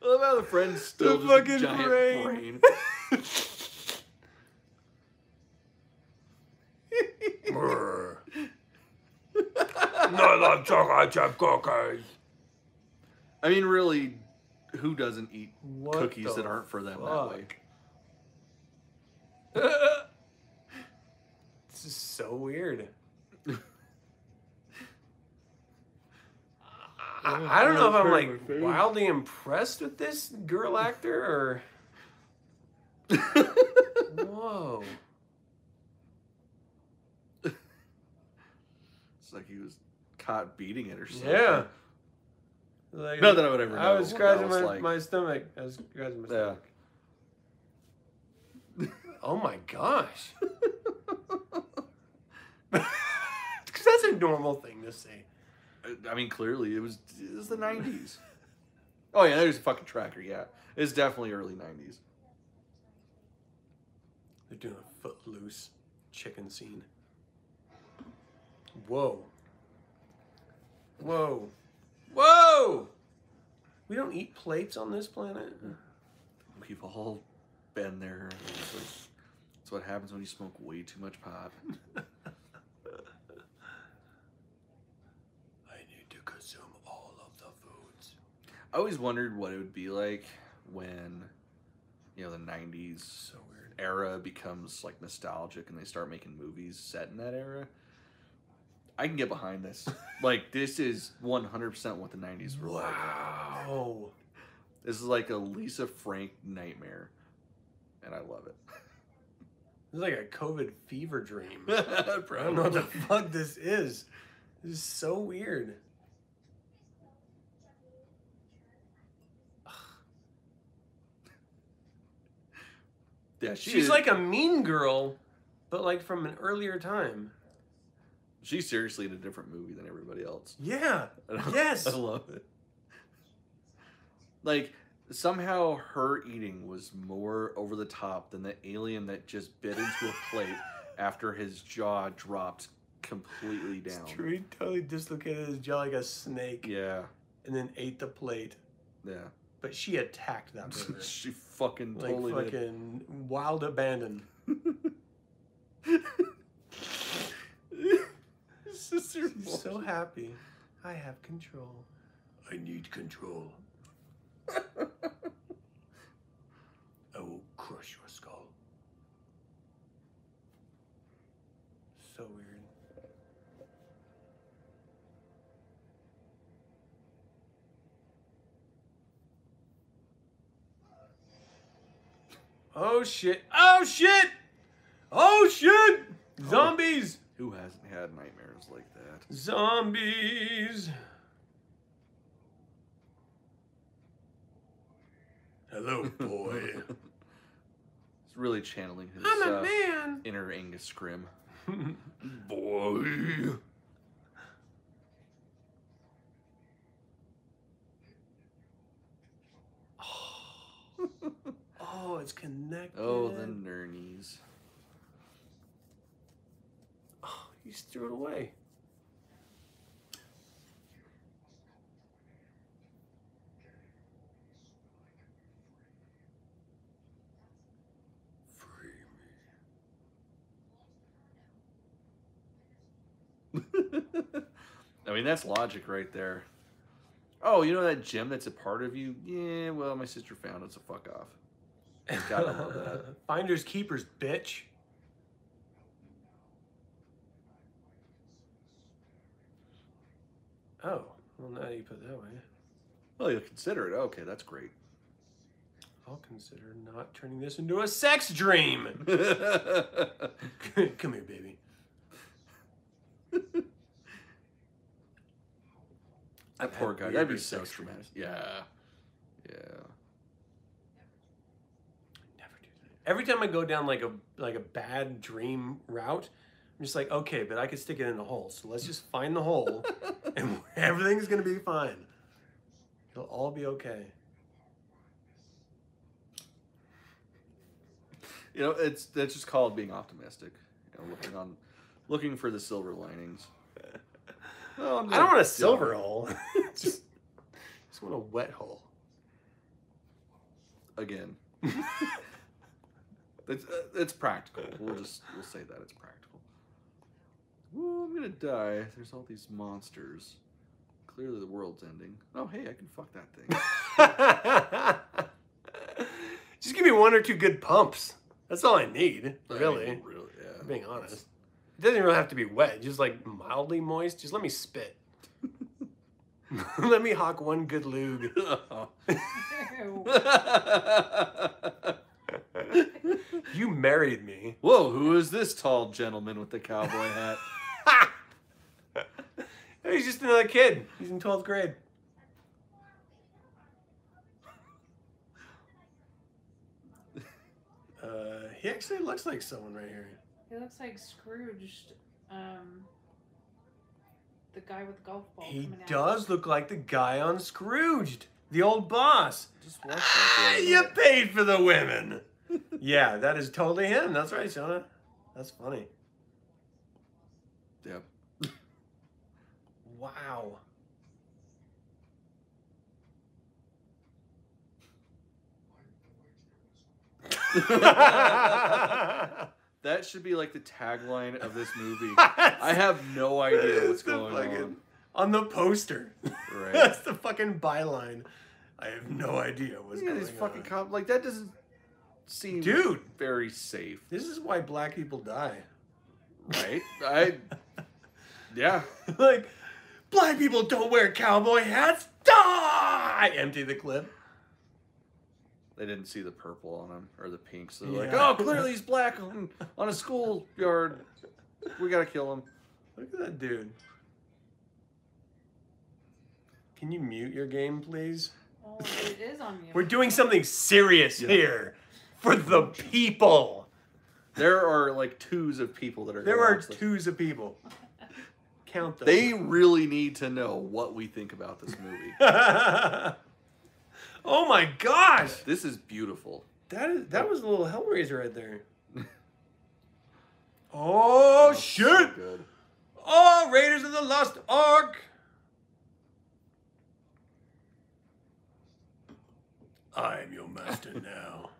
love how the friend's still The just a fucking brain. giant brain. I love chocolate chip cookies. I mean, really, who doesn't eat What cookies the that aren't for them that way? This is so weird. I, I don't know if I'm like wildly impressed with this girl actor or whoa. it's like he was caught beating it or something. Yeah. Like, Not that I would ever I know was what scratching that was my, like. my stomach. I was scratching my Yeah. stomach. oh my gosh. Because that's a normal thing to say. I mean, clearly it was it was the '90s. oh yeah, there's a fucking tracker. Yeah, it's definitely early '90s. They're doing a footloose chicken scene. Whoa. Whoa. Whoa! We don't eat plates on this planet. We've all been there. It's like- It's what happens when you smoke way too much pot. I need to consume all of the foods. I always wondered what it would be like when, you know, the '90s So weird. era becomes like nostalgic and they start making movies set in that era. I can get behind this. like this is 100% what the '90s were like. Wow. This is like a Lisa Frank nightmare, and I love it. This is like a COVID fever dream. I don't know what Probably. the fuck this is. This is so weird. Yeah, she She's is- like a mean girl, but like from an earlier time. she's seriously in a different movie than everybody else. Yeah. And I- Yes. I love it. Like somehow her eating was more over the top than the alien that just bit into a plate after his jaw dropped completely down. It's true. He totally dislocated his jaw like a snake Yeah, and then ate the plate. yeah. But she attacked that burger. she fucking like totally did. fucking wild abandon. Sister She's so happy. I have control. I need control. I will crush your skull. So weird. Oh shit. Oh shit! Oh shit! Zombies! Who hasn't had nightmares like that? Zombies. Hello, He's really channeling his I'm a uh, man. inner Angus Scrim. Boy. oh, it's connected. Oh, the nernies. Oh, you just threw it away. I mean, that's logic right there. Oh, you know that gem that's a part of you? Yeah, well, my sister found it, so fuck off. Gotta love that. Finders keepers, bitch. Oh, well now you put it that way. Oh, Well, you'll consider it. Okay, that's great. I'll consider not turning this into a sex dream. Come here, baby. that poor guy. Weird That'd be so sex traumatic. dreams. Yeah. Yeah. Never do that. Every time I go down like a like a bad dream route, I'm just like, okay, but I could stick it in a hole. So let's just find the hole, and everything's gonna be fine. It'll all be okay. You know, it's that's just called being optimistic. You know, looking on, looking for the silver linings. Well, I'm I gonna don't want a deal silver with hole. just, just want a wet hole. it again. it's uh, it's practical. We'll just we'll say that it's practical. Well, I'm gonna die. There's all these monsters. Clearly, the world's ending. Oh, hey, I can fuck that thing. just give me one or two good pumps. That's all I need, I mean, really. really, I'm yeah. being honest. It doesn't even have to be wet, just like mildly moist. Just let me spit. let me hawk one good lube. You married me. Whoa, who is this tall gentleman with the cowboy hat? He's just another kid. He's in 12th grade. Uh, he actually looks like someone right here. He looks like Scrooge, um, the guy with the golf ball. He coming out. does look like the guy on Scrooged, the old boss. Just watch Ah, that. for a you minute. paid for the women. yeah, that is totally him. That's right, Shauna. That's funny. Yep. Wow. I That should be like the tagline of this movie. I have no idea what's going on. on the poster. Right. That's the fucking byline. I have no idea what's Yeah, going these fucking on. cop like that doesn't seem Dude. very safe, this is why black people die. right? I yeah. like, black people don't wear cowboy hats. Die! Empty the clip. They didn't see the purple on him or the pink, so they're like, Yeah. "Oh, clearly he's black on on a school yard. We gotta kill him." Look at that dude. Can you mute your game, please? Oh, it is on you. We're doing something serious Yeah. here for the people. There are like twos of people that are. There gonna are watch this. twos of people. Count them. They really need to know what we think about this movie. oh my gosh! this is beautiful. That is that was a little Hellraiser right there. oh so shit! Good. Oh, Raiders of the Lost Ark. I am your master now.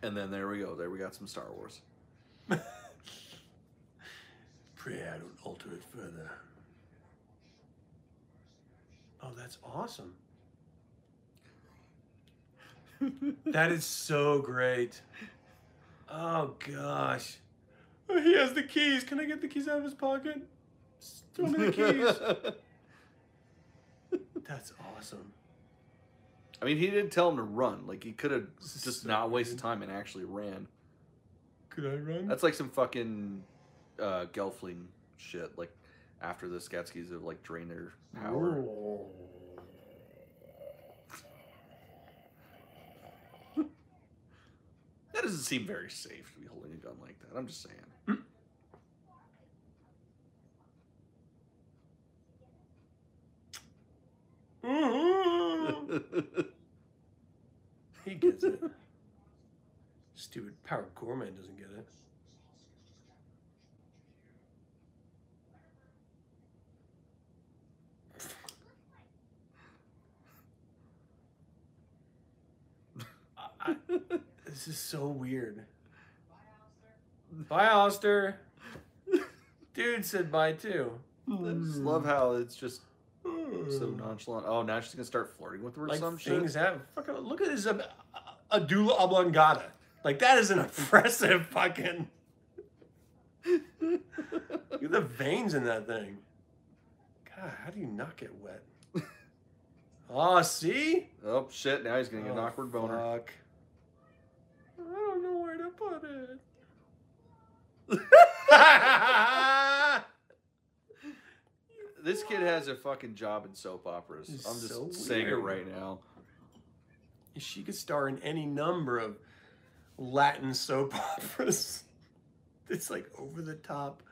And then there we go. There we got some Star Wars. Pray I don't alter it further. Oh, that's awesome. that is so great. Oh gosh. Oh, he has the keys. Can I get the keys out of his pocket? Just throw me the keys. that's awesome. I mean, he didn't tell him to run. Like he could have This is just so not wasted good. time and actually ran. Could I run? That's like some fucking uh, Gelfling shit. Like after the Skatskis have like drained their power. That doesn't seem very safe to be holding a gun like that. I'm just saying. Mm-hmm. Mhm. he gets it. Stupid power gourmand doesn't get it. I- I- this is so weird. Bye, Oster. Dude said bye too. I just love how it's just so nonchalant. Oh, now she's gonna start flirting with her or Mm. like some things shit. have fucking look at this ab- a doula oblongata like that is an impressive fucking look at the veins in that thing god how do you not get wet Aw, see? Oh shit! Now he's getting an Oh, awkward boner. Fuck. I don't know where to put it. This kid has a fucking job in soap operas. It's I'm just so saying it weird. right now. She could star in any number of Latin soap operas. It's like over the top.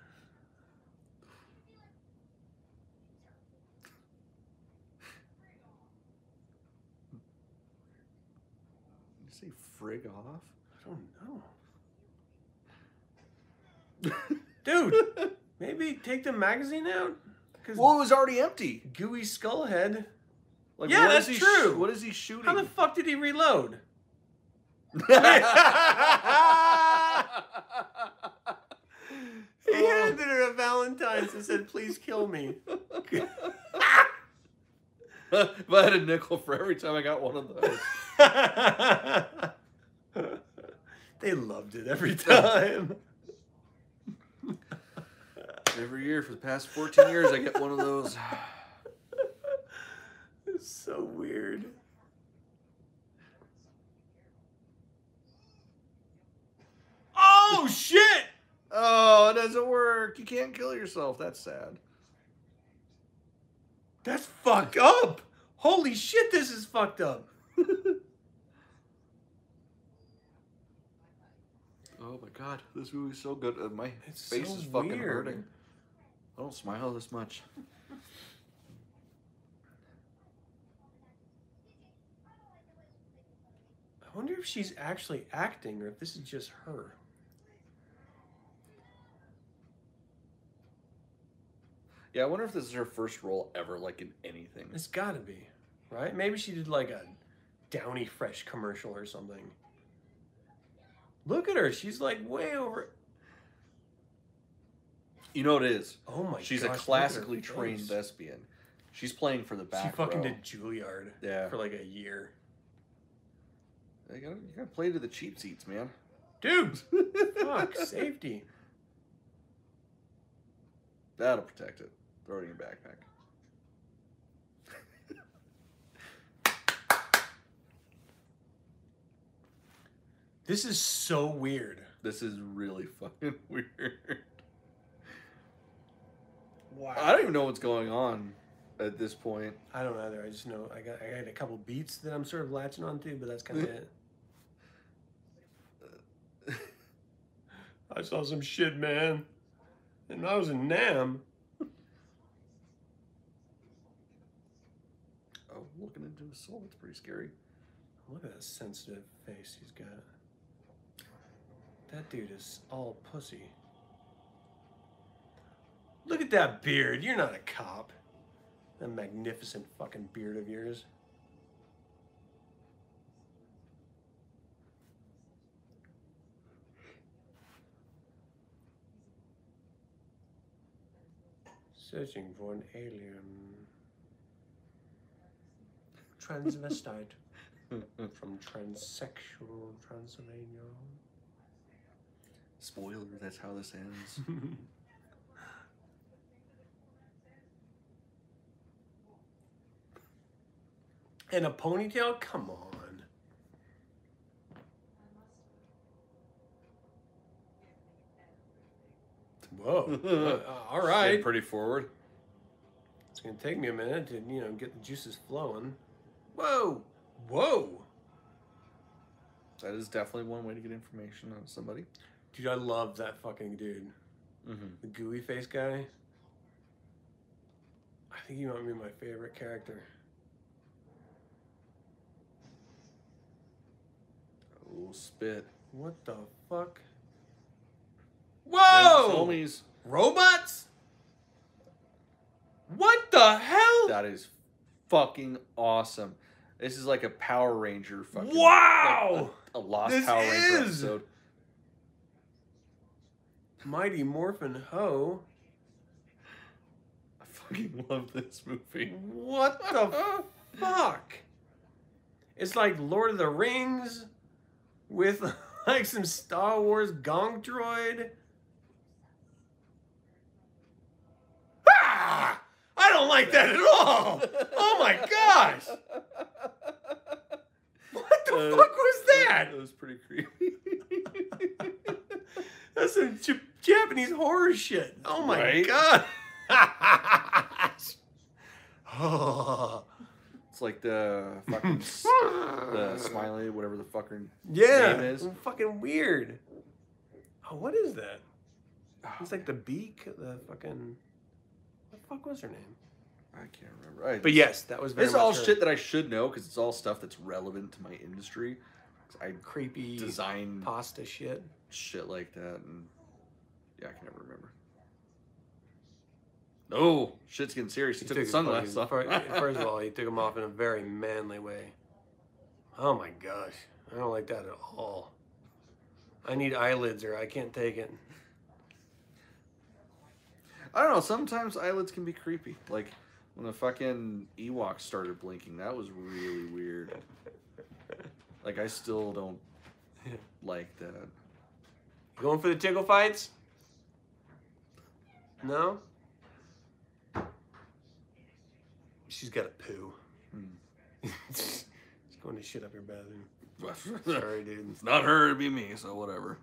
Did you say frig off? I don't know. Dude, maybe take the magazine out? Because Well, it was already empty. Gooey Skullhead. Like, Yeah, what is that's he true. what is he shooting? How the fuck did he reload? He handed her a Valentine's and said, please kill me. Oh, if I had a nickel for every time I got one of those. they loved it every time. Every year for the past 14 years, I get one of those. It's so weird. Oh shit! Oh, it doesn't work. You can't kill yourself. That's sad. That's fucked up. Holy shit, this is fucked up. Oh my god, this movie's so good. Uh, my It's face so is fucking weird. hurting. I don't smile this much. I wonder if she's actually acting or if this is just her. Yeah, I wonder if this is her first role ever, like in anything. It's gotta be, right? Maybe she did like a Downy Fresh commercial or something. Look at her. She's like way over. You know what it is? Oh my She's gosh, a look at her classically trained face. thespian. She's playing for the back. She fucking row. did Juilliard Yeah. for like a year. You gotta, you gotta play to the cheap seats, man. Dude, fuck, safety. That'll protect it. Throw it in your backpack. This is so weird. This is really fucking weird. Wow. I don't even know what's going on at this point. I don't either. I just know I got I got a couple beats that I'm sort of latching onto, but that's kind of it. I saw some shit, man. And I was in Nam. Oh, looking into his soul. That's pretty scary. Look at that sensitive face he's got. That dude is all pussy. Look at that beard. You're not a cop. That magnificent fucking beard of yours. Searching for an alien. Transvestite from transsexual Transylvania. Spoiler, that's how this ends. and a ponytail? Come on. Whoa. Uh, uh, all Getting right. pretty forward. It's going to take me a minute to, you know, get the juices flowing. Whoa. Whoa. That is definitely one way to get information on somebody. Dude, I love that fucking dude. Mm-hmm. The gooey face guy. I think he might be my favorite character. Oh, spit. What the fuck? Oh, Whoa! homies. Robots? What the hell? That is fucking awesome. This is like a Power Ranger fucking. Wow! A lost This Power Ranger is- episode. Mighty Morphin Ho. I fucking love this movie. What the fuck? It's like Lord of the Rings with like some Star Wars gong droid. Ah! I don't like that at all. Oh my gosh. What the Uh, fuck was that? That was pretty creepy. That's some J- Japanese horror shit. Oh my Right? god. oh. It's like the fucking s- the smiley, whatever the fucking. Yeah. Name is- Fucking weird. Oh, what is that? oh, It's like the beak, the fucking. What the fuck was her name? I can't remember. I, But yes, that was very. this is all much her. shit that I should know because it's all stuff that's relevant to my industry. 'Cause I Creepy design pasta shit. shit like that, and yeah, I can never remember. No, shit's getting serious. He took the his fucking- sunglasses off. fir- First of all, he took them off in a very manly way. Oh my gosh, I don't like that at all. I need eyelids, or I can't take it. I don't know. Sometimes eyelids can be creepy. Like when the fucking Ewok started blinking, that was really weird. Like I still don't like that. You going for the tickle fights? No? She's got a poo. Hmm. She's going to shit up your bathroom. it's Sorry, dude. not her, it'd be me. So whatever.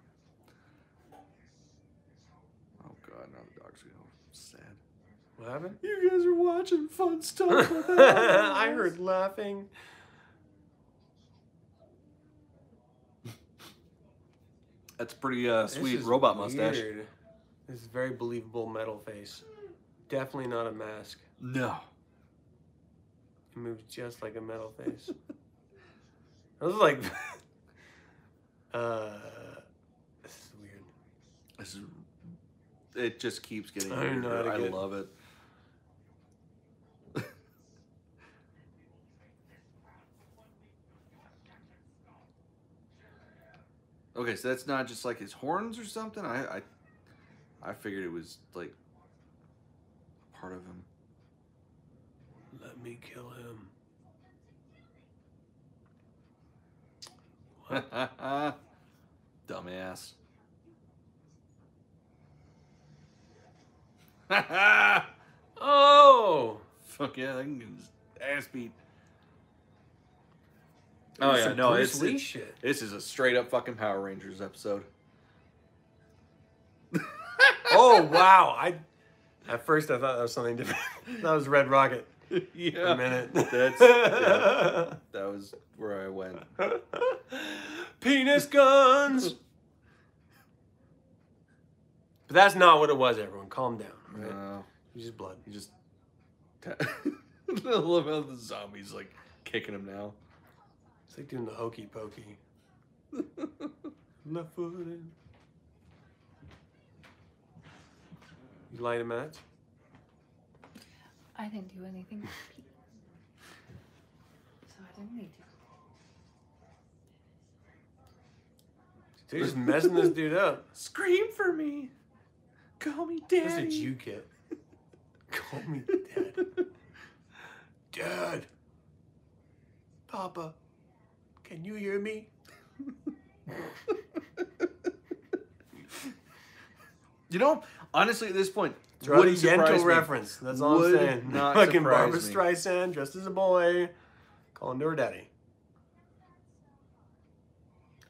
Oh god, now the dog's gonna go sad. What happened? You guys are watching fun stuff. I heard laughing. That's pretty uh, This sweet is robot mustache. weird. This is very believable metal face. Definitely not a mask. No. It moves just like a metal face. I was like, uh, this is weird. This is, it just keeps getting I don't know how weirder. to I get- love it. okay, so that's not just like his horns or something. I I, I figured it was like part of him. Let me kill him. What? Dumbass. Oh! Fuck yeah, that can get his ass beat. It Oh was yeah, some no, Bruce it's, Lee it's shit. this is a straight up fucking Power Rangers episode. Oh wow! I at first I thought that was something different. that was Red Rocket. For yeah, a minute. That's yeah, that was where I went. Penis Uh, guns. But that's not what it was. Everyone, calm down. all Right? No, It was just blood. you just. I love how the zombies like kicking him now. It's like doing the hokey pokey. Left foot in. You light a match? I didn't do anything. to pee. so I didn't need to. They're just messing this dude up. Scream for me, call me That's a daddy. Jew kid. Call me dad. dad. Papa. Can you hear me? You know, honestly, at this point, Throw a wouldn't surprise Yentl me. reference. That's all Would I'm saying. not Fucking surprise Barbara me. Streisand dressed as a boy, calling to her daddy.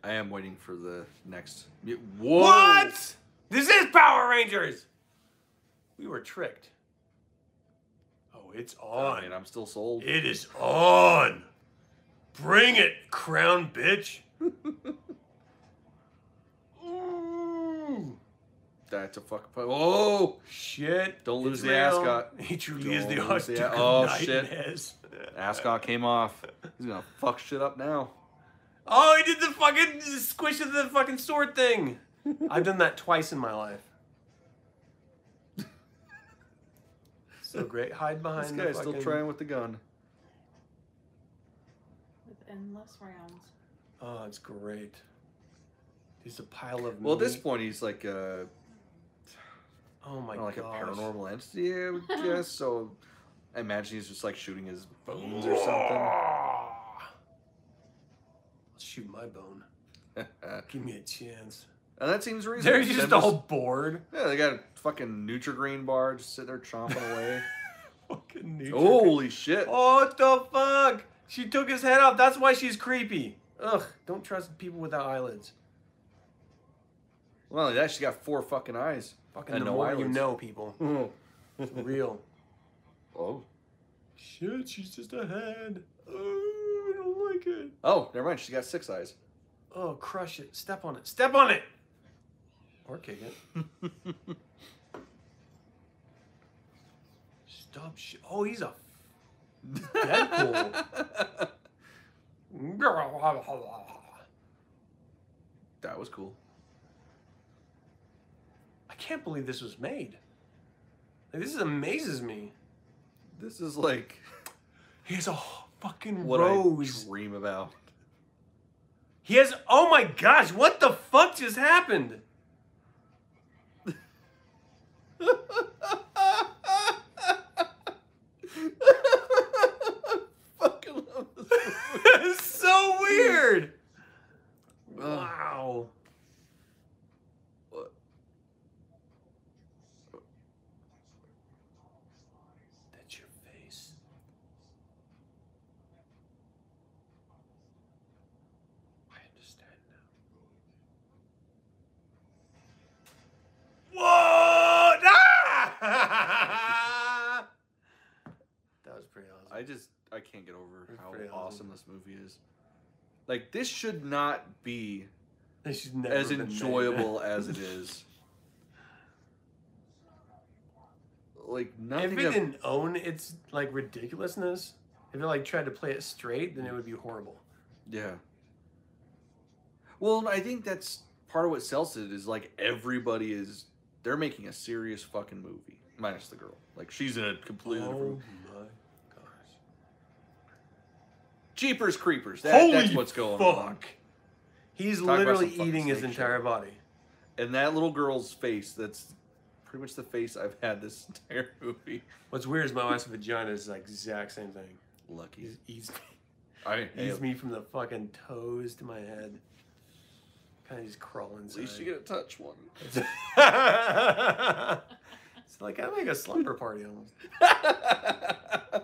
I am waiting for the next. Whoa! What? This is Power Rangers. We were tricked. Oh, it's I on. mean, I'm still sold. It is on. Bring it, crown bitch. Ooh. That's a fuck. Oh, Shit. Don't lose It's the real. ascot. He truly is Don't the lose the Archduke of a- oh, Night shit. and Ness. ascot came off. He's gonna fuck shit up now. Oh, he did the fucking squish of the fucking sword thing. I've done that twice in my life. So great. Hide behind This the guy's still fucking- trying with the gun. With endless rounds. Oh, it's great. He's a pile of Well, at this meat. point, he's like a Oh my like god. a paranormal entity, I would guess. So, I imagine he's just like shooting his bones or something. Let's shoot my bone. Give me a chance. And that seems reasonable. They're just Them all bored. Yeah, they got a fucking Nutrigrain bar just sitting there chomping away. Good nature. Holy shit. Oh, what the fuck? She took his head off. That's why she's creepy. Ugh, don't trust people without eyelids. Well, that she got four fucking eyes. Fucking And the no more you eyelids. know, people. It's real. Oh. Shit, she's just a head. Oh, I don't like it. Oh, never mind. She got six eyes. Oh, crush it. Step on it. Step on it. Or kick it. Stop. Sh- oh, he's a. Deadpool. I that was cool. can't believe this was made. Like, this amazes me. This is like He has a h- fucking what rose. I dream about. he has. Oh my gosh! What the fuck just happened? fucking love this. it's so weird. Wow. What? That's your face. I understand now. Whoa! Ah! that was pretty awesome. I just I can't get over It's how pretty awesome. awesome this movie is. Like this should not be This should never as have been made. enjoyable as it is. Like if nothing. it of- didn't own its like ridiculousness, if it like tried to play it straight, then it would be horrible. yeah. Well, and I think that's part of what sells it is like everybody is they're making a serious fucking movie minus the girl. Like she's in a completely different. my gosh! Jeepers creepers. That, that's what's going on. fuck. He's Talk about literally some fucking eating his snake shit. entire body. And that little girl's face. That's pretty much the face I've had this entire movie. What's weird is my wife's vagina is like exact same thing. Lucky. He's eased, I mean, hey, eased me from the fucking toes to my head. Kind of just crawling at inside. least you get a touch one. it's like I like a slumber party almost. Ah.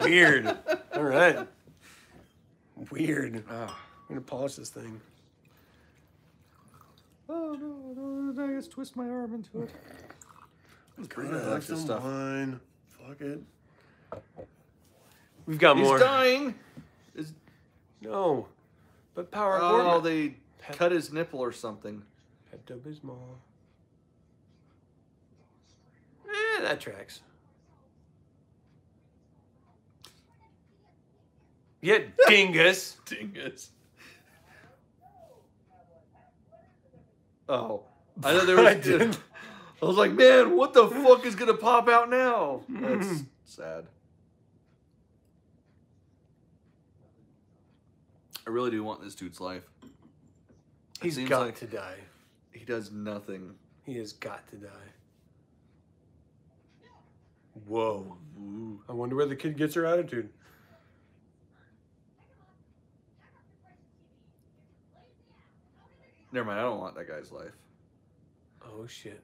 Weird. All right. Weird. Ah, I'm gonna polish this thing. Oh no, I just twist my arm into it. It's pretty God, like this some stuff. wine. Fuck it. We've got more. He's dying. Is, No, but power. oh, Orman- they Pep- cut his nipple or something. Pepto Bismol. Eh, that tracks. Yeah, dingus. Dingus. Oh, I know there was. I didn't. I was like, man, what the fuck is gonna pop out now? Hmm. That's sad. I really do want this dude's life. He's seems got like- to die. He does nothing. He has got to die. Whoa. Ooh. I wonder where the kid gets her attitude. Never mind. I don't want that guy's life. Oh shit.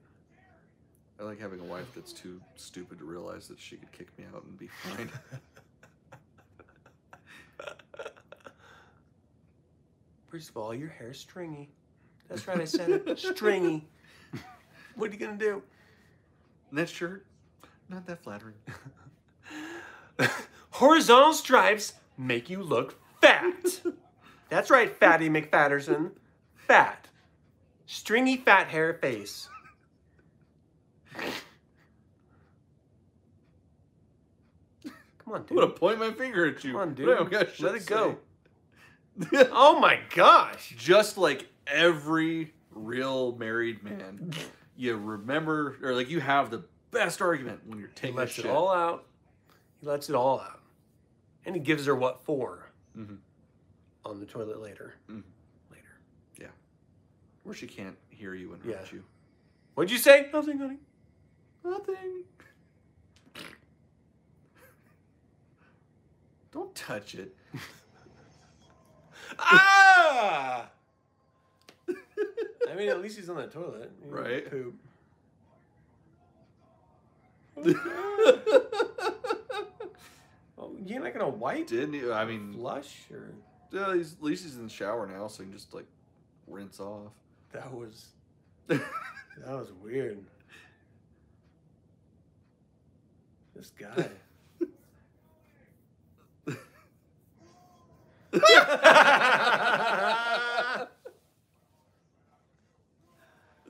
I like having a wife that's too stupid to realize that she could kick me out and be fine. First of all, your hair's stringy. That's right, I said it. Stringy. What are you gonna do? And that shirt, not that flattering. Horizontal stripes make you look fat. That's right, Fatty McFatterson. Fat. Stringy fat hair face. Come on, I'm gonna dude. point my finger at you. Come on, dude. I don't got shit Let to it go. say. Oh my gosh. Just like every real married man, you remember or like you have the best argument when you're He taking a lets shit. it all out. He lets it all out. And he gives her what for Mhm. on the toilet later. Mhm. Later. Where she can't hear you and hurt Yeah. you. What'd you say? Nothing, honey. Nothing. Don't touch it. Ah! I mean, at least he's on the toilet. He didn't Right. Poop. Oh, you're not gonna white Didn't he? I mean, flush or yeah, he's, at least he's in the shower now, so he can just like rinse off. that was that was weird. This guy.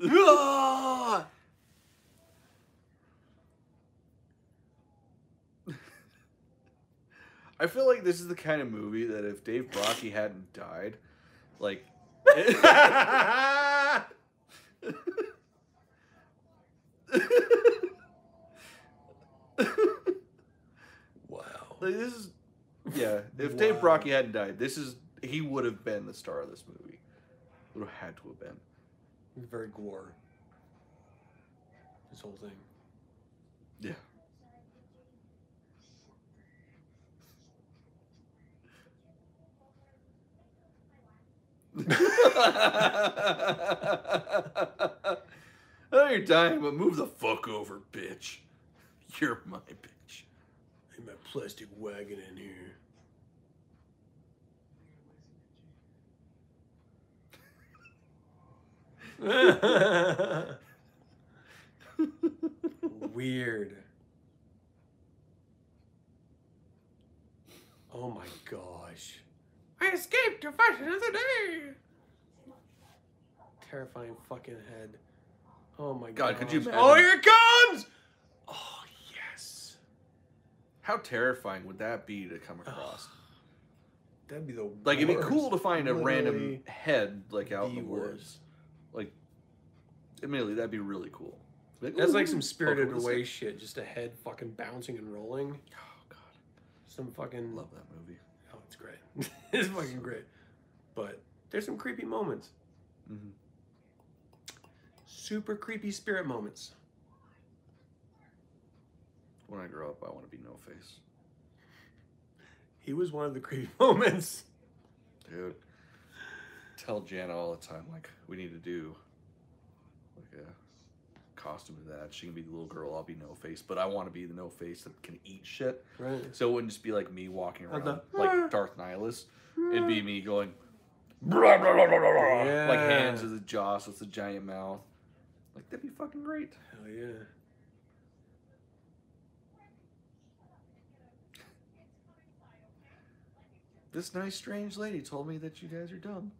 Ah! I feel like this is the kind of movie that if Dave Brocky hadn't died, like. wow. Like, this is yeah. If Dave Wow. Brocky hadn't died, this is he would have been the star of this movie. Would have had to have been. Very gore. This whole thing. Yeah. oh, you're dying, but move the fuck over, bitch. You're my bitch. Leave my plastic wagon in here. Weird. Oh my gosh. I escaped to fight another day. Terrifying fucking head. Oh my God, could you gosh. imagine- Oh, here it comes! Oh, yes. How terrifying would that be to come across? That'd be the Like, it'd be worst. cool to find a random Literally head, like, out in the the woods. worst. Admittedly, that'd be really cool. That's like ooh, some fuck, spirited what is away it? shit. Just a head fucking bouncing and rolling. Oh, God. Some I fucking. love that movie. Oh, it's great. it's fucking great. But there's some creepy moments. Mm-hmm. Mhm. Super creepy spirit moments. When I grow up, I want to be No Face. He was one of the creepy moments. Dude, tell Jana all the time, like, we need to do like a costume of that. She can be the little girl, I'll be no face, but I want to be the no face that can eat shit. Right. So it wouldn't just be like me walking around the- like Darth Nihilus. It'd be me going "Blah, blah, blah, blah, blah, blah," like hands Yeah. as a jaw, so it's a giant mouth. Like that'd be fucking great. Hell yeah. This nice strange lady told me that you guys are dumb.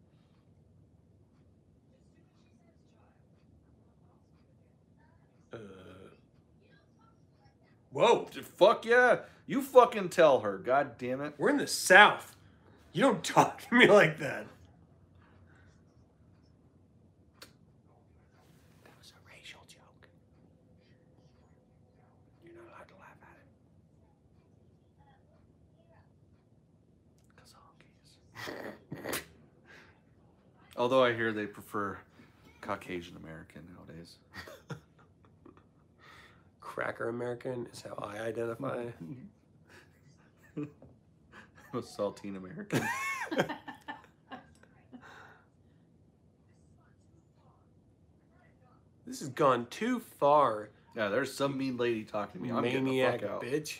Uh, whoa. Fuck yeah. You fucking tell her, god damn it. We're in the South. You don't talk to me like that. That was a racial joke. You're not allowed to laugh at it. Cause honkies. Although I hear they prefer Caucasian American nowadays. Cracker American is how I identify. I'm a saltine American. This has gone too far, yeah, there's some mean lady talking to me. I'm maniac getting the fuck out. bitch.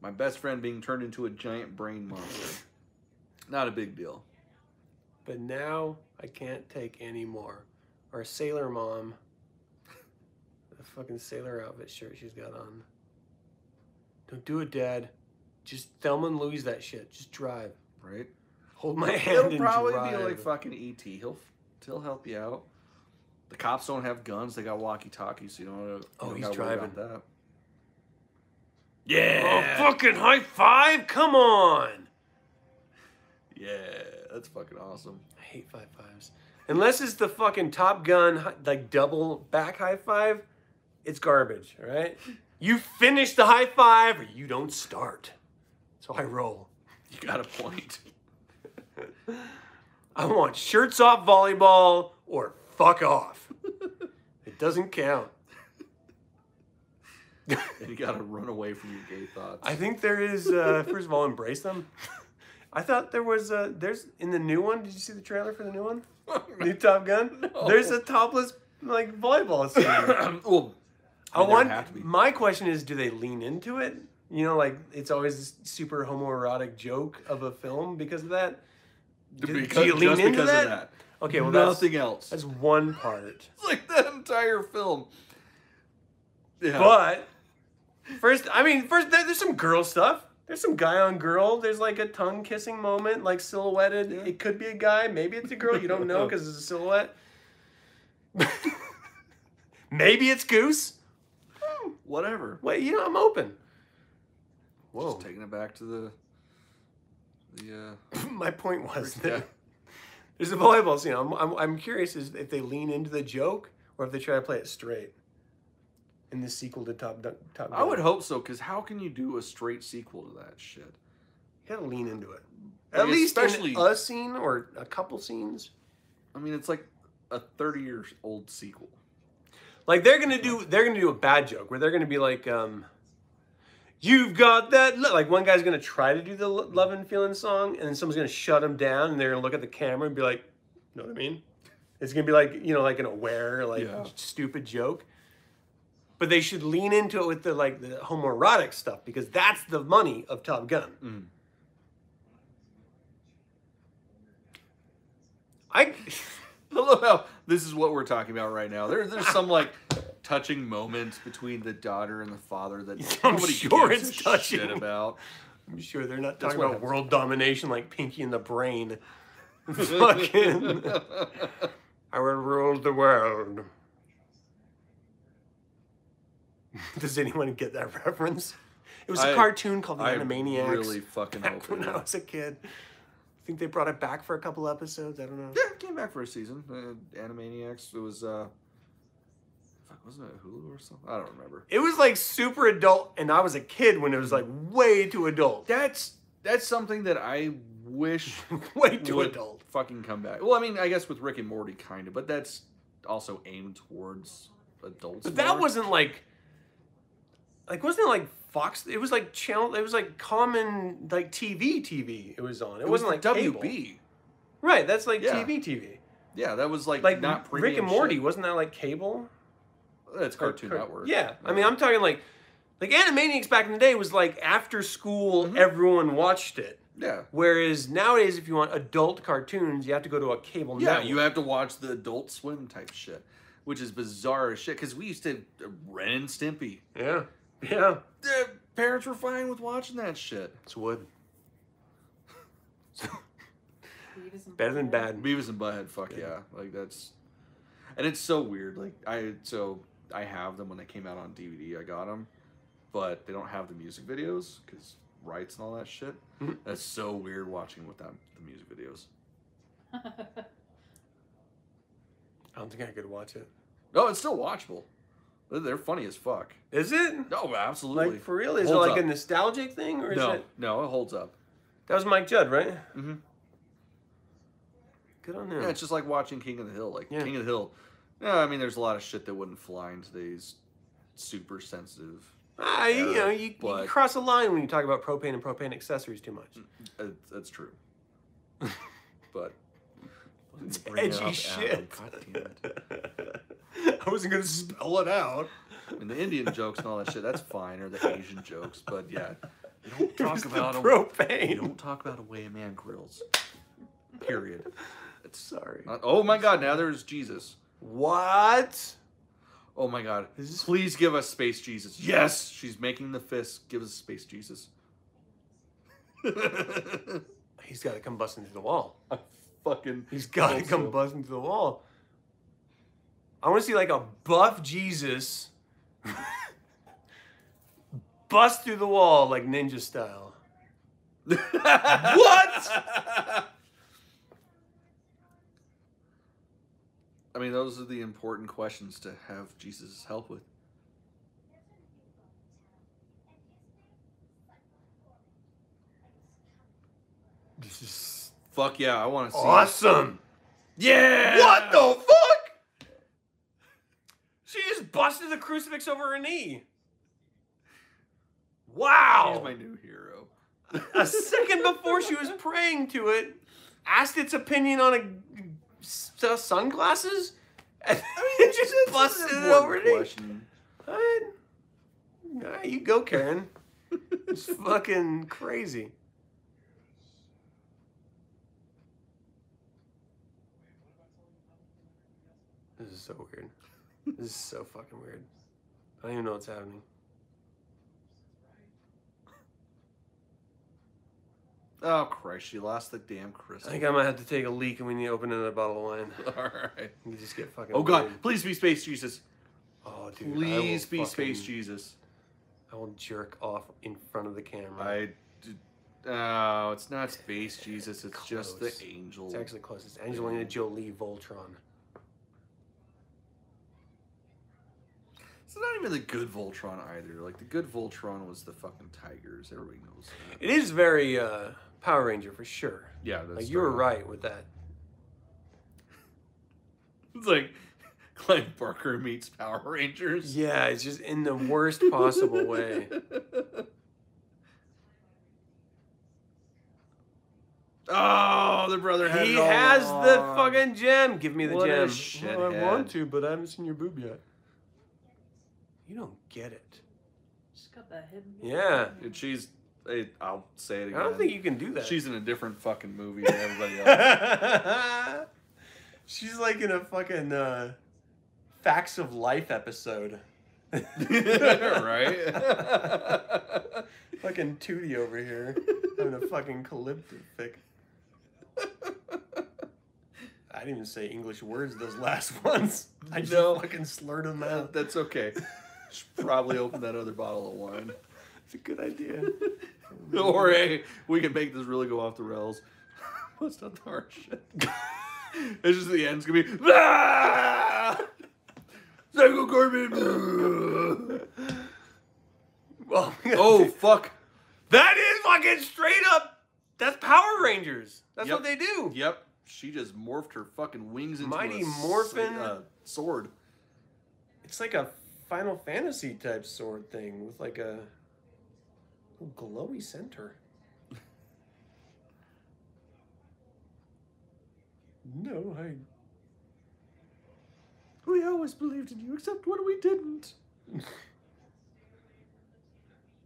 My best friend being turned into a giant brain monster. Not a big deal. But now I can't take any more. Our sailor mom, the fucking sailor outfit shirt she's got on. Don't do it, Dad. Just Thelma and Louise that shit. Just drive. Right? Hold my hand. He'll and probably be drive. like fucking ET. He'll he'll help you out. The cops don't have guns. They got walkie talkies. So you don't. you Oh, don't he's gotta worry about driving. that. Oh, Yeah. fucking high five! Come on. Yeah. That's fucking awesome. I hate five fives. Unless it's the fucking Top Gun hi- like double back high five, it's garbage. All right. You finish the high five, or you don't start. So I roll. You got a point. I want shirts off volleyball or fuck off. it doesn't count. and you gotta run away from your gay thoughts. I think there is. Uh, first of all, embrace them. I thought there was a there's in the new one. Did you see the trailer for the new one? New Top Gun. There's a topless like volleyball scene. well, I, mean, there would want. have to be. My question is, do they lean into it? You know, like it's always this super homoerotic joke of a film because of that. Do, do Because- you lean just into because that? of that. Okay, well Nothing that's else. that's one part. It's like that entire film. Yeah. But first, I mean, first there, there's some girl stuff. There's some guy on girl. There's like a tongue kissing moment, like silhouetted. It could be a guy. Maybe it's a girl. You don't know because it's a silhouette. maybe it's Goose. whatever. Wait, you know, I'm open. Whoa. Just taking it back to the the uh, My point was that yeah. there's a volleyball scene. I'm, I'm, I'm curious is if they lean into the joke or if they try to play it straight in the sequel to Top Dun- Top Gun. I would hope so, because how can you do a straight sequel to that shit? You gotta lean into it. Like, At least especially- in a scene or a couple scenes. I mean, it's like a thirty years old sequel. Like they're gonna do they're gonna do a bad joke where they're gonna be like, um, "You've got that." lo-" Like one guy's gonna try to do the lo- love and feeling song, and then someone's gonna shut him down, and they're gonna look at the camera and be like, "Know what I mean?" It's gonna be like you know like an aware like Yeah. stupid joke. But they should lean into it with the like the homoerotic stuff because that's the money of Top Gun. I I love how this is what we're talking about right now. There, there's some like touching moments between the daughter and the father that I'm nobody sure gives it's a touching. shit about. I'm sure they're not That's talking what about happens. world domination like Pinky in the Brain. Fucking. I will rule the world. Does anyone get that reference? It was a I- cartoon called The I Animaniacs. really fucking back hope it when I is. was a kid. I think they brought it back for a couple episodes. I don't know. Yeah, it came back for a season. Uh, Animaniacs. It was uh, fuck, wasn't it Hulu or something? I don't remember. It was like super adult, and I was a kid when it was like way too adult. That's that's something that I wish Way too would adult. fucking come back. Well, I mean, I guess with Rick and Morty, kind of, but that's also aimed towards adults. But that more. wasn't like, like wasn't it like Fox? It was like channel. It was like common like TV TV. It was on. It, It wasn't was like WB. cable. Right. That's like Yeah. TV TV. Yeah, that was like, Like not premium Rick and Morty. shit. Wasn't that like cable? That's Or Cartoon cur- Network. Yeah. I mean, I'm talking like, like Animaniacs back in the day was like after school, Mm-hmm. everyone watched it. yeah. Whereas nowadays, if you want adult cartoons, you have to go to a cable Yeah, network. you have to watch the Adult Swim type shit, which is bizarre as shit. Because we used to uh, Ren and Stimpy. yeah, yeah. The parents were fine with watching that shit. It's wood. Weed isn't Better than bad. Beavis and Butthead, fuck yeah, like that's, and it's so weird. Like I so I have them when they came out on DVD. I got them, but they don't have the music videos because rights and all that shit. Mhm. That's so weird watching without the music videos. I don't think I could watch it. No, it's still watchable. They're- They're funny as fuck. Is it? No, absolutely. Like for real? Is Holds it like up. a nostalgic thing or is no, it no, it holds up. that was Mike Judd, right? hmm Good on him. Yeah, it's just like watching King of the Hill. Like Yeah. King of the Hill. Yeah, I mean, there's a lot of shit that wouldn't fly in today's super sensitive. ah, you know, you, you But- cross a line when you talk about propane and propane accessories too much. Uh, That's true. but It's Bring it edgy up, Adam. shit. God damn it. I wasn't gonna spell it out. I mean, the Indian jokes and all that shit, that's fine, or the Asian jokes, but yeah. You don't It was talk the about a, you propane. don't talk about a way a man grills. Period. It's Sorry. not, oh my god, now there's Jesus. What? Oh my god. Is this- Please give us space Jesus. Yes, she's making the fist. Give us space Jesus. He's got to come busting through the wall. Fucking He's got to hope come so. busting through the wall. I want to see like a buff Jesus bust through the wall like ninja style. what? I mean, those are the important questions to have Jesus' help with. This is Fuck yeah, I want to see. awesome. Yeah. What the fuck? She just busted the crucifix over her knee. He's my Wow. new hero. A second before she was praying to it, asked its opinion on a s- sunglasses, and then just busted it over her knee. question. What? Nah, you go, Karen. it's fucking crazy. This is so weird. This is so fucking weird. I don't even know what's happening. Oh Christ, she lost the damn I crystal. think I might have to take a leak and we need to open another bottle of wine. All right. You just get fucking. Oh God, weird. please be space Jesus. Oh dude. I will Please be space fucking- Jesus. I will jerk off in front of the camera. I. d- Oh, it's not space Jesus. It's just the Close. angel. It's actually close. It's Angelina Jolie Voltron. It's not even the good Voltron either. Like the good Voltron was the fucking tigers. Everybody knows. That. It is very uh, Power Ranger for sure. Yeah, that's Like you were right. right with that. It's like Clive Barker meets Power Rangers. Yeah, it's just in the worst possible way. Oh, the brother had He it all has the along. fucking gem. Give me the What a gem. shithead. Well, I want to, but I haven't seen your boob yet. You don't get it. She's got that hidden. Yeah. And she's. I- I'll say it I again. don't think you can do that. she's in a different fucking movie than everybody else. She's like in a fucking uh, Facts of Life episode. right? Fucking Tootie over here having a fucking calyptic. I didn't even say English words those last ones. I just No. fucking slurred them out. That's okay. Should probably open that other bottle of wine. That's a good idea. Or hey, we can make this really go off the rails. What's not the hard shit? it's just the end's gonna be. Ah! Psycho Corbin. well, oh oh, fuck! that is fucking straight up. That's Power Rangers. That's Yep. what they do. Yep, she just morphed her fucking wings into Mighty a s- Morphin. uh, sword. It's like a Final Fantasy type sword thing with like a glowy center. no, I. We always believed in you, except when we didn't.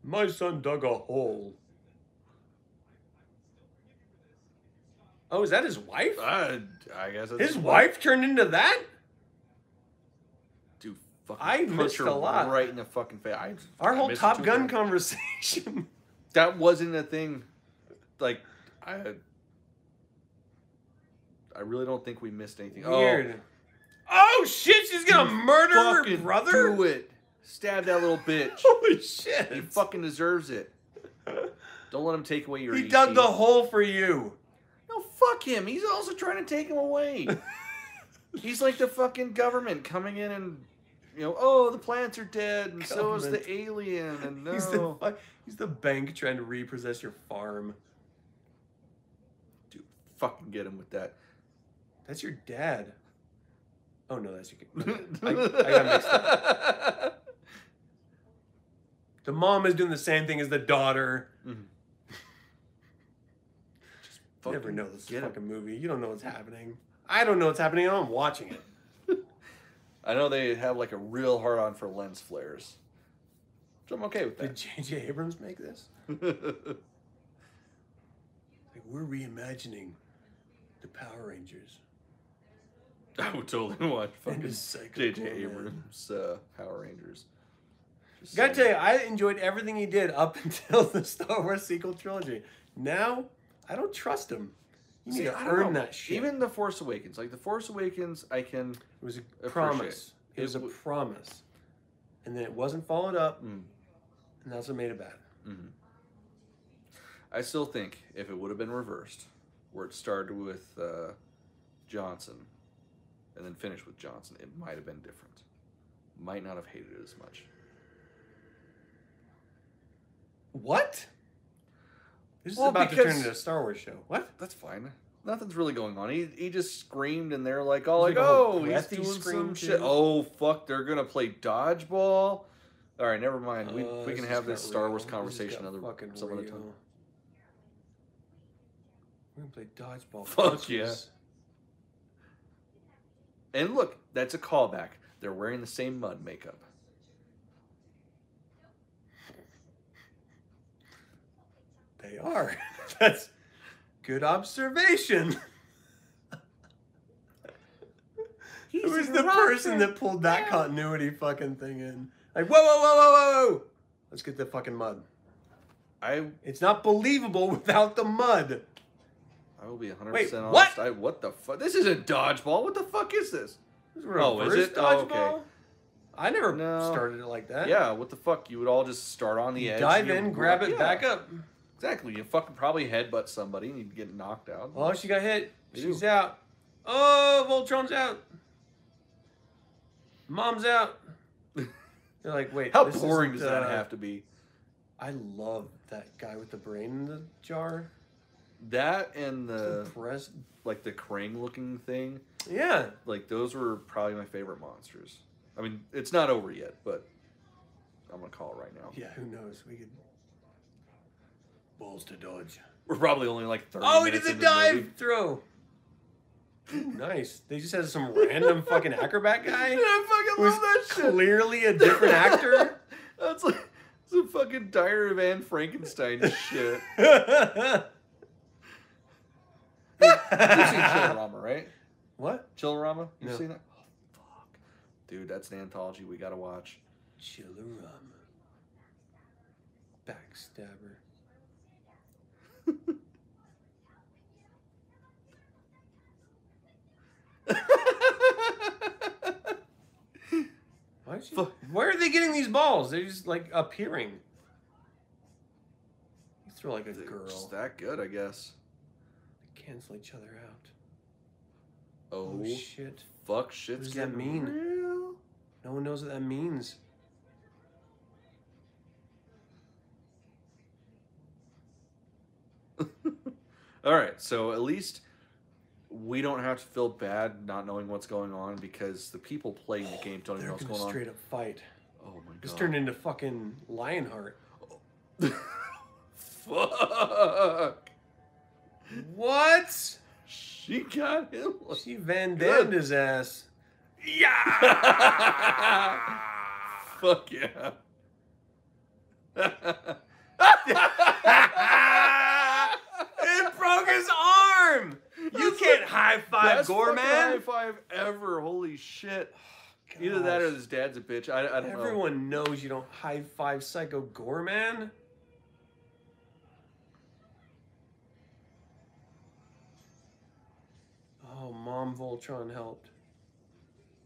My son dug a hole. Oh, is that his wife? I, I guess that's His wife turned into that? Dude, fucking I punch missed her a lot. right in the fucking face. I, Our I whole missed Top two Gun times. conversation. that wasn't a thing. Like, I, I really don't think we missed anything. Weird. Oh shit, she's gonna Oh, murder her fucking brother? Do it. Stab that little bitch. Holy he shit. fucking deserves it. Don't let him take away your. He ET. dug the hole for you. No, fuck him. He's also trying to take him away. He's like the fucking government coming in and. You know, oh, the plants are dead, and so is the alien, and no. He's the fu- he's the bank trying to repossess your farm. Dude, fucking get him with that. That's your dad. Oh no, that's your. okay. I, I got mixed up. The mom is doing the same thing as the daughter. Mm-hmm. You never Fucking know this get him. fucking movie. You don't know what's happening. I don't know what's happening. I'm watching it. I know they have like a real hard on for lens flares. So I'm okay with Did that. J.J. Abrams make this? Like, we're reimagining the Power Rangers. I would totally watch And fucking it's psycho J.J. cool, man. Abrams uh, Power Rangers. Just Gotta tell you, saying. I enjoyed everything he did up until the Star Wars sequel trilogy. Now, I don't trust him. You need See, to I don't earn know. that shit. Even The Force Awakens, like The Force Awakens, I can. It was a Appreciate promise. It, It was a w- promise. And then it wasn't followed up, Mm. mm-hmm. and that's what made it bad. I still think if it would have been reversed, where it started with uh, Johnson and then finished with Johnson, it might have been different. Might not have hated it as much. What? This Well, is about to because- turn into a Star Wars show. What? That's fine. Nothing's really going on. He, he just screamed, and they're like, all There's like, like a whole oh, he's breathy doing scream, some too." shit. Oh, fuck, they're going to play dodgeball. All right, never mind. We, Uh, we can is got have this Star Wars real. This has conversation got another fucking some other real. time. We're gonna play dodgeball. Fuck bitches. yeah. And look, that's a callback. They're wearing the same mud makeup. They are. That's good observation. He's Who is a the rock person star. that pulled that Yeah. continuity fucking thing in? Like, whoa, whoa, whoa, whoa, whoa, whoa! Let's get the fucking mud. I It's not believable without the mud. I will be 100% Wait, honest. what? I what the fuck? This isn't dodgeball. What the fuck is this? This Oh, is reverse it? Oh, okay. dodgeball? I never No. started it like that. Yeah, what the fuck? You would all just start on the You edge. dive you- in, grab it, yeah, back up. Exactly. You fucking probably headbutt somebody and you'd get knocked out. Oh, she got hit. Ew. She's out. Oh, Voltron's out. Mom's out. They're like, wait. How this boring isn't, does that uh, have to be? I love that guy with the brain in the jar. That and the Impressed. like the Krang looking thing, Yeah. like those were probably my favorite monsters. I mean, it's not over yet, but I'm gonna call it right now. Yeah, who knows? We could. Balls to dodge. We're probably only like 30 Oh, he did minutes the into the dive movie. throw. nice. They just had some random fucking acrobat guy. Dude, I fucking Was love that shit. clearly a different actor. That's like some fucking Diary of Anne Frankenstein shit. You've seen Chillerama, right? what? Chillerama? You've No. seen that? Oh, fuck. Dude, that's an anthology we gotta watch. Chillerama. Backstabber. Why is she, Fuck. where are they getting these balls? They're just like appearing. You throw like a They're girl. Just that good, I guess. They cancel each other out. Oh, Oh, shit. fuck, shit's does that getting mean? real. No one knows what that means. All right, so at least we don't have to feel bad not knowing what's going on because the people playing the game don't even They're know what's gonna going on. straight up fight. Oh my god. This turned into fucking Lionheart. Fuck. What? She got him. She Van Good. Damned his ass. Fuck yeah. It broke his arm. You That's can't like- high five Best Gore fucking High man. five ever. Holy shit. Either that or Gosh. his dad's a bitch. I, I don't know. Everyone knows you don't high five Psycho Gore man. Oh, Mom Voltron helped.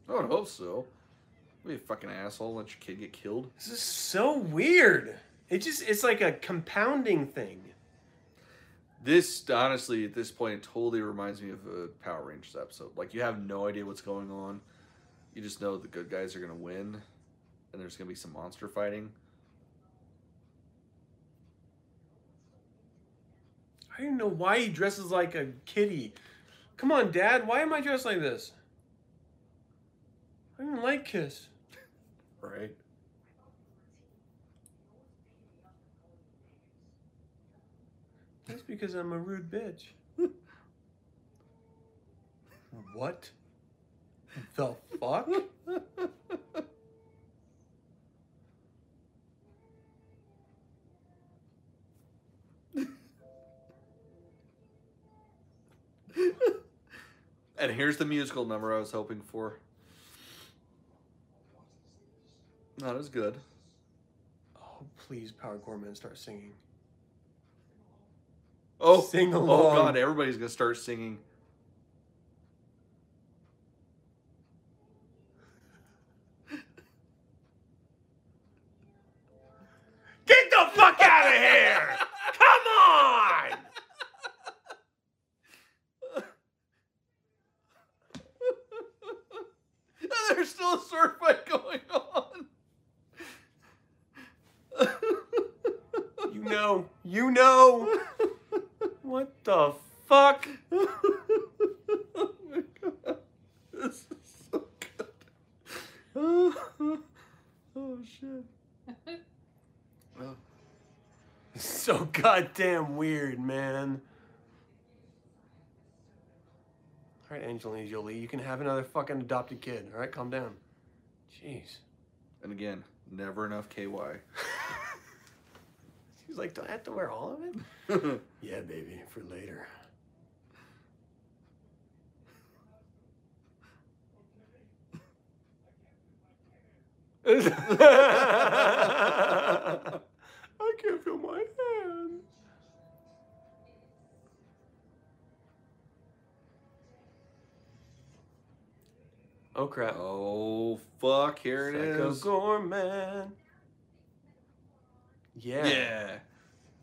I would hope so. Be a fucking asshole. Let your kid get killed. This is so weird. It just it's like a compounding thing. This honestly, at this point, it totally reminds me of a Power Rangers episode. Like you have no idea what's going on. You just know the good guys are gonna win, and there's gonna be some monster fighting. I don't know why he dresses like a kitty. Come on, Dad, why am I dressed like this? I don't even like Kiss. Right. That's because I'm a rude bitch. what the fuck? And here's the musical number I was hoping for. Not as good. Oh, please, Power Gorman, start singing. Oh, Sing Oh along. god, everybody's gonna start singing. Get the fuck out of here! Come on! There's still a sword fight going on. You know, you know. What the fuck? oh my god. This is so good. oh shit. Oh. So goddamn weird, man. All right, Angelina Jolie, you can have another fucking adopted kid. All right, calm down. Jeez. And again, never enough KY. She's He's like, do I have to wear all of it? Yeah, baby, for later. I can't feel my hand. Oh crap. oh fuck! Here it Psycho is. Gorman. Yeah. Yeah.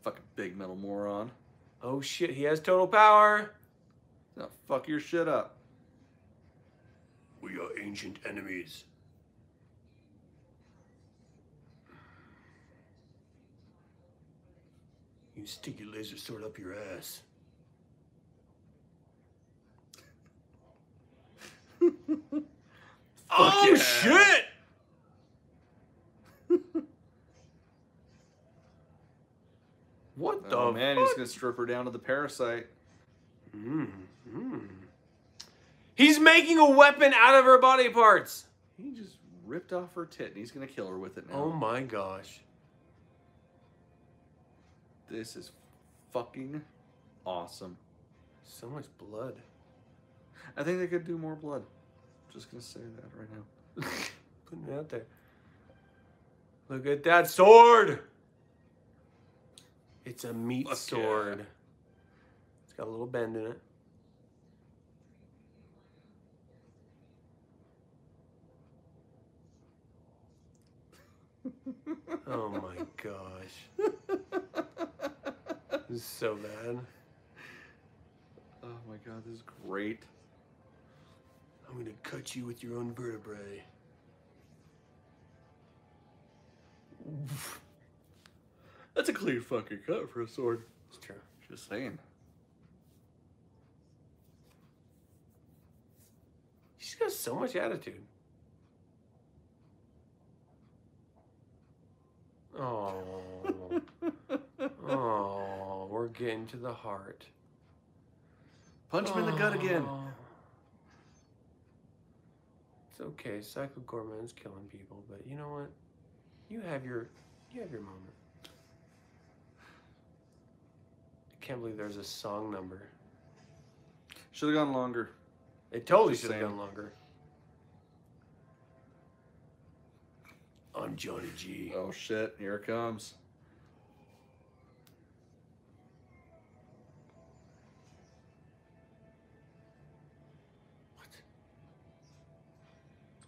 Fucking big metal moron. Oh shit, he has total power. Now fuck your shit up. We are ancient enemies. You stick your laser sword up your ass. oh yeah. shit! what the Oh man, he's fuck? gonna strip her down to the parasite. Mm, mm. He's making a weapon out of her body parts. He just ripped off her tit and he's gonna kill her with it now. Oh my gosh. This is fucking awesome. So much blood. I think they could do more blood. Just gonna say that right now. Putting it out there. Look at that sword. It's a meat Fuck sword. yeah. It's got a little bend in it. oh my gosh. This is so bad. Oh my god, this is great. I'm gonna cut you with your own vertebrae. That's a clean fucking cut for a sword. It's true. Just saying. She's got so much attitude. Oh, oh, we're getting to the heart. Punch him in the gut again. Oh. It's okay. Psycho Gorman's killing people, but you know what? You have your, you have your moment. I can't believe there's a song number. Should have gone longer. It totally Just should have saying. gone longer. I'm Johnny G. Oh shit, here it comes.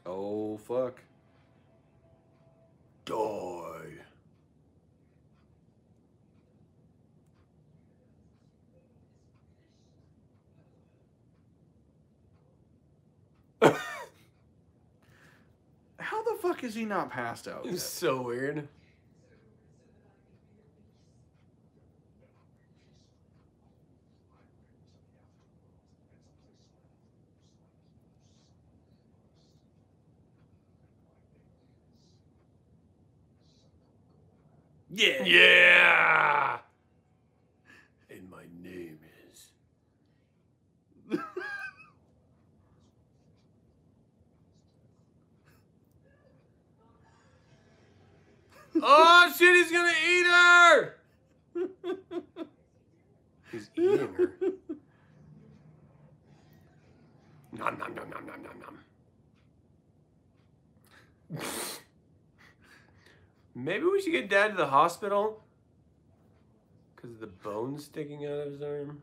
What? Oh fuck. Die. How the fuck is he not passed out? It's yet? so weird. Yeah. Yeah. And my name is. oh shit! He's gonna eat her. he's eating her. Nom nom nom nom nom nom nom. Maybe we should get Dad to the hospital. Because of the bone sticking out of his arm.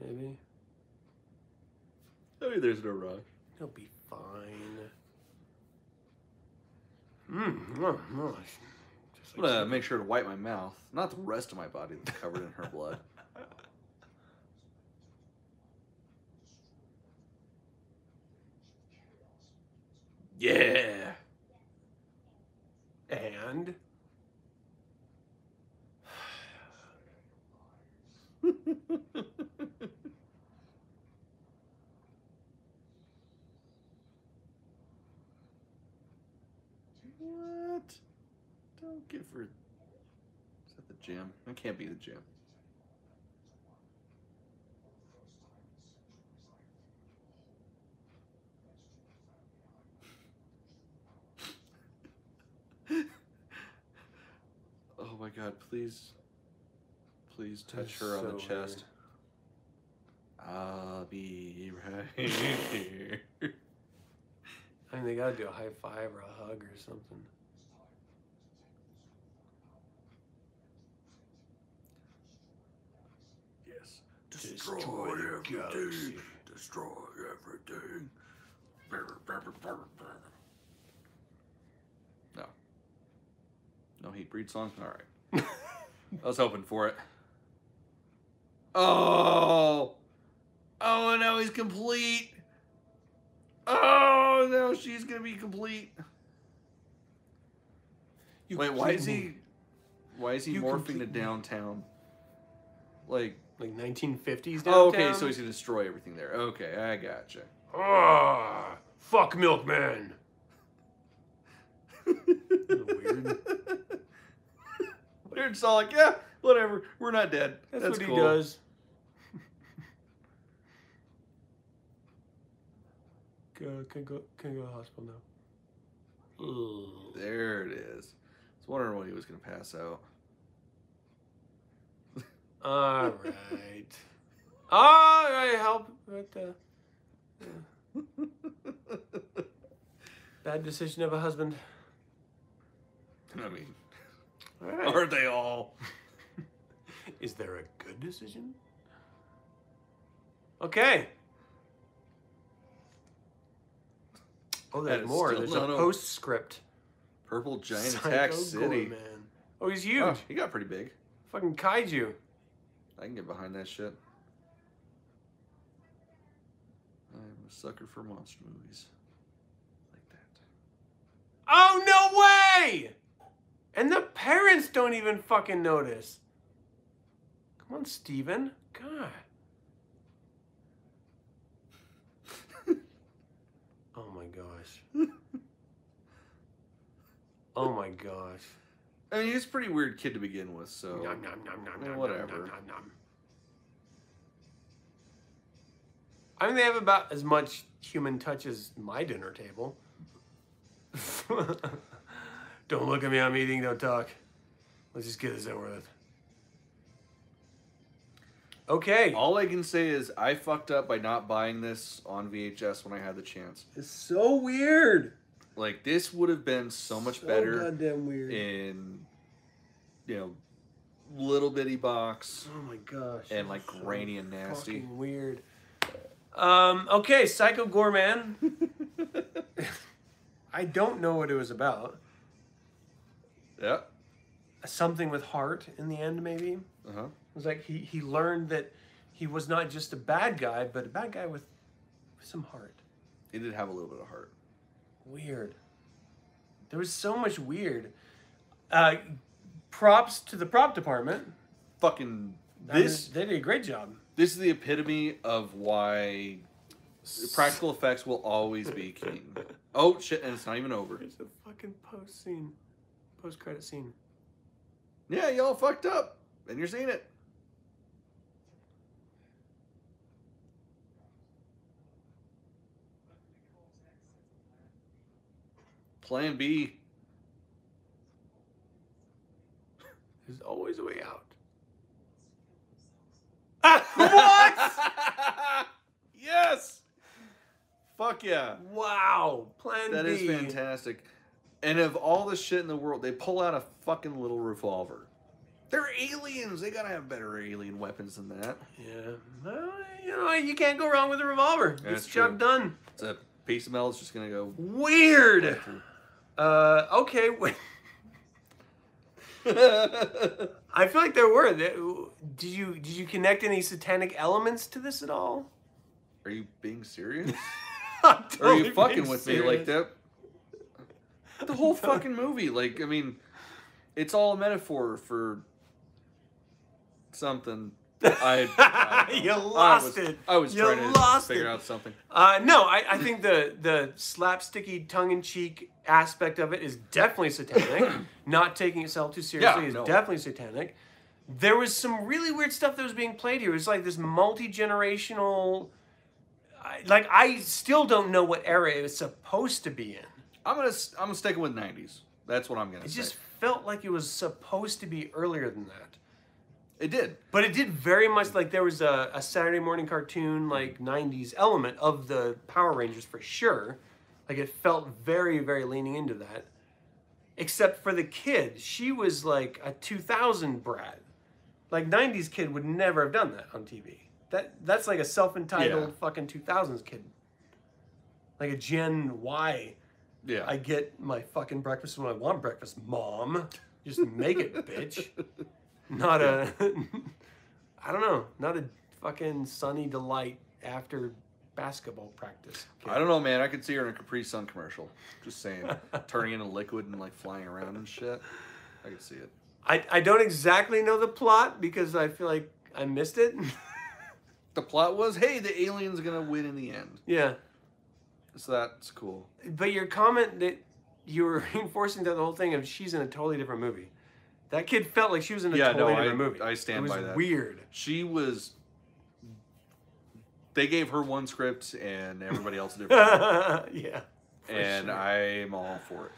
Maybe. I mean, there's no rock. He'll be fine. Mm, mm, mm. Just I'm like gonna make sure to wipe my mouth. Not the rest of my body that's covered in her blood. Yeah. And? What? Don't give her. Is that the gym? That can't be the gym. Oh God, please, please That's touch her on the so chest. I'll be right here. I mean, they gotta do a high five or a hug or something. Yes. Destroy everything. galaxy. Destroy everything. No. No Heat Breed song? Alright. I was hoping for it. Oh! Oh, and now he's complete! Oh, now she's gonna be complete! Wait, why is he. Why is he You morphing to complete me. downtown? Like. Like 1950s downtown? Oh, okay, so he's gonna destroy everything there. Okay, I gotcha. Ah, fuck milkman. Weird. They're just all like, yeah, whatever. We're not dead. That's, what he does. go, can go, can go to the hospital now. Ugh. There it is. I was wondering what he was gonna pass out. All right. All right, help. What the? Bad decision of a husband. I mean, All right. aren't they all? Is there a good decision? Okay. Oh, That there's is more. still There's not a a- postscript. Purple giant Psycho attack city. Man. Oh, he's huge. Oh, he got pretty big. Fucking kaiju. I can get behind that shit. I'm a sucker for monster movies. Like that. Oh no way! And the parents don't even fucking notice. Come on, Steven. God. oh my gosh. oh my gosh. I mean, he's a pretty weird kid to begin with, so. eh, Nom, nom, nom, nom, nom, whatever. nom, nom, nom. I mean, they have about as much human touch as my dinner table. don't look at me, I'm eating, don't talk. Let's just get this over with. Okay. All I can say is I fucked up by not buying this on VHS when I had the chance. It's so weird. Like this would have been so much So better Goddamn weird. in you know little bitty box Oh my gosh. and like grainy and nasty. Fucking weird. Um, okay, Psycho Gorman. I don't know what it was about. Yep. Something with heart in the end, maybe. It Uh huh. was like he, he learned that he was not just a bad guy, but a bad guy with, with some heart. It did have a little bit of heart. Weird. There was so much weird. Uh, props to the prop department. Fucking I this mean, they did a great job. this is the epitome of why practical effects will always be king. Oh shit, and it's not even over. There's a fucking post scene, post credit scene. Yeah, y'all fucked up. And you're seeing it. Plan B. There's always a way out. what? yes. Fuck yeah. Wow. Plan That B. is fantastic. And of all the shit in the world, they pull out a fucking little revolver. They're aliens. They gotta have better alien weapons than that. Yeah. Well, you know, you can't go wrong with a revolver. It's That's job true. done. It's a piece of metal. It's just gonna go Weird. through. Uh, okay. I feel like there were. There, did you did you connect any satanic elements to this at all? Are you being serious? I'm Or are totally you fucking being with me like serious. that? The whole fucking movie, like, I mean, it's all a metaphor for something. I, I don't know. You I lost was- it. I was You trying to lost figure it. out something. Uh, no, I, I think the the slapsticky, tongue in cheek aspect of it is definitely satanic. Not taking itself too seriously Yeah, is no. definitely satanic. There was some really weird stuff that was being played here. It was like this multi generational. Like I still don't know what era it was supposed to be in. I'm gonna s- I'm sticking with '90s. That's what I'm gonna It's say. just felt like it was supposed to be earlier than that. It did. But it did very much like there was a, a Saturday morning cartoon, like 90s element of the Power Rangers for sure. Like it felt very, very leaning into that. Except for the kid. She was like a 2000 brat. Like 90s kid would never have done that on TV. That That's like a self entitled Yeah. fucking 2000s kid. Like a Gen Y. Yeah. I get my fucking breakfast when I want breakfast, mom. Just make it, bitch. Not a, I don't know, not a fucking sunny delight after basketball practice. kid. I don't know, man. I could see her in a Capri Sun commercial. Just saying, turning into liquid and like flying around and shit. I could see it. I, I don't exactly know the plot because I feel like I missed it. The plot was, hey, the alien's gonna win in the end. yeah. So that's cool. But your comment that you were reinforcing that the whole thing of she's in a totally different movie. That kid felt like she was in a Yeah, totally no, I- different movie. I stand it was by that. weird. She was. They gave her one script and everybody else a different. one. yeah. for and sure. I'm all for it.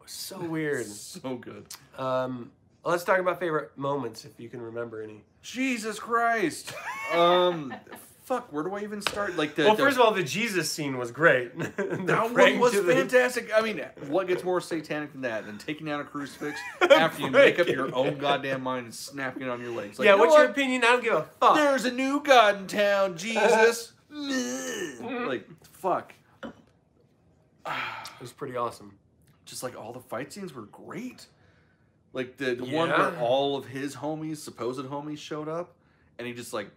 It was so weird. So good. Um, let's talk about favorite moments if you can remember any. Jesus Christ. Um, fuck. Where do I even start? Like the well, the- first of all, the Jesus scene was great. that That one was fantastic. I mean, what gets more satanic than that? Than taking down a crucifix after you make up your own goddamn mind and snapping it on your legs. Like, yeah, you know what's your what? opinion? I don't give a fuck. There's a new god in town, Jesus. like, fuck. It was pretty awesome. Just like all the fight scenes were great. Like the, the Yeah. one where all of his homies, supposed homies, showed up, and he just like,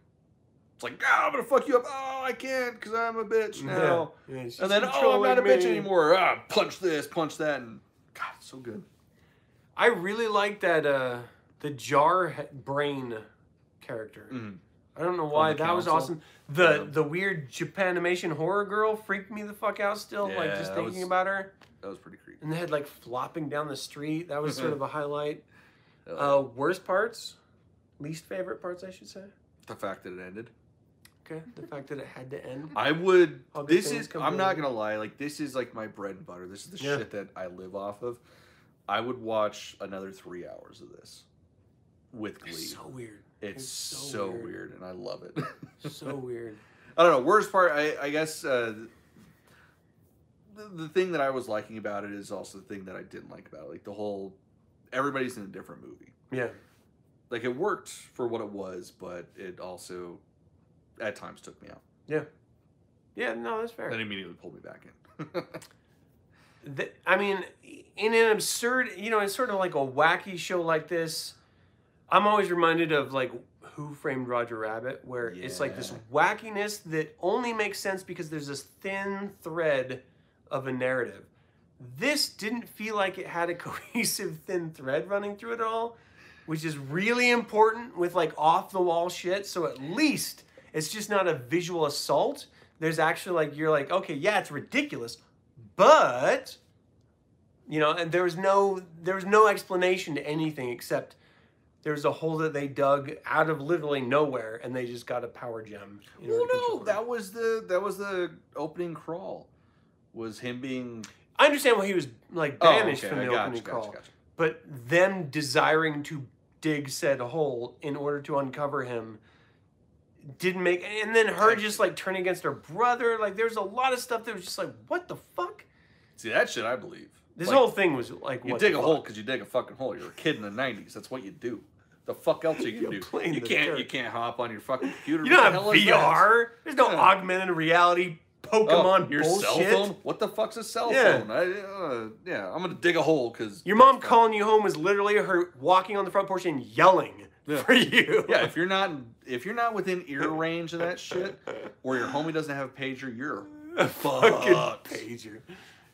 it's like, ah, I'm gonna fuck you up. Oh, I can't because I'm a bitch now. Yeah, she's And then, oh, I'm not a controlling bitch me. anymore. Ah, punch this, punch that, and God, so good. I really like that uh, the jar he- brain character. Mhm. I don't know why the that was council? awesome. The Yeah. the weird Japanimation horror girl freaked me the fuck out. Still, like Yeah, just that thinking was- about her. That was pretty creepy. and they had like flopping down the street. That was sort of a highlight. Uh, Uh, worst parts, least favorite parts, I should say. the fact that it ended. Okay, the fact that it had to end. I would. All good This things is. come I'm to not an gonna lie. Like this is like my bread and butter. This is the Yeah. shit that I live off of. I would watch another three hours of this with glee. It's so weird. it's it's so, so weird. weird. and I love it. So weird. I don't know. Worst part, I, I guess. Uh, the, the thing that I was liking about it is also the thing that I didn't like about it. Like the whole, everybody's in a different movie. Yeah. Like it worked for what it was, but it also, at times, took me out. Yeah, no, that's fair. Then immediately pulled me back in. Th- I mean, in an absurd, you know, it's sort of like a wacky show like this. I'm always reminded of like Who Framed Roger Rabbit, where it's like this Yeah. wackiness that only makes sense because there's this thin thread of a narrative. This didn't feel like it had a cohesive thin thread running through it all, which is really important with like off the wall shit. So at least it's just not a visual assault. There's actually like, you're like, okay, yeah, it's ridiculous, but you know and there was no there was no explanation to anything except there was a hole that they dug out of literally nowhere and they just got a power gem in order Well, to control no, it. that was the that was the opening crawl, was him being i understand why he was like banished Oh, okay, from I the gotcha, opening gotcha, crawl gotcha. but them desiring to dig said hole in order to uncover him didn't make and then her just like turning against her brother like there's a lot of stuff that was just like what the fuck See that shit, I believe. this Like, whole thing was like you what dig the a fuck? hole because you dig a fucking hole. You're a kid in the '90s. That's what you do. The fuck else you You're can do? playing You the can't. dirt. You can't hop on your fucking computer. You What the don't have hell is that? VR. There's no Yeah. augmented reality Pokemon Oh, your bullshit. cell phone? What the fuck's a cell Yeah. phone? I, uh, yeah, I'm gonna dig a hole because Your mom calling you home is literally her walking on the front porch and yelling Yeah. for you. Yeah, if you're not if you're not within ear range of that shit, or your homie doesn't have a pager, you're Fucking fucked. pager.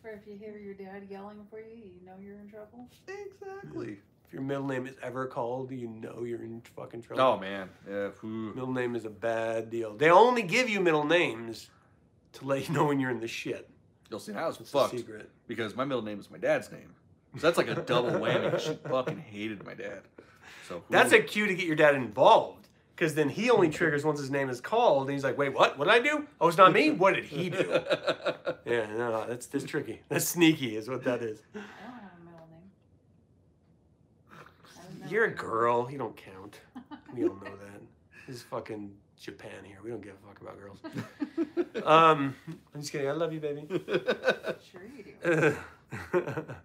Or if you hear your dad yelling for you, you know you're in trouble. Exactly. If your middle name is ever called, you know you're in fucking trouble. Oh man. Yeah. phew. Middle name is a bad deal. They only give you middle names to let you know when you're in the shit. You'll see now I was It's fucked a secret. because my middle name is my dad's name. So that's like a double whammy. she fucking hated my dad. So who- That's a cue to get your dad involved. Because then he only triggers once his name is called, and he's like, "Wait, what? What did I do? Oh, it's not me. What did he do?" Yeah, no, that's that's tricky. That's sneaky, is what that is. I don't have a middle name. You're a girl. You don't count. We all know that. This is fucking Japan here. We don't give a fuck about girls. Um, I'm just kidding. I love you, baby. Sure you do. Ugh.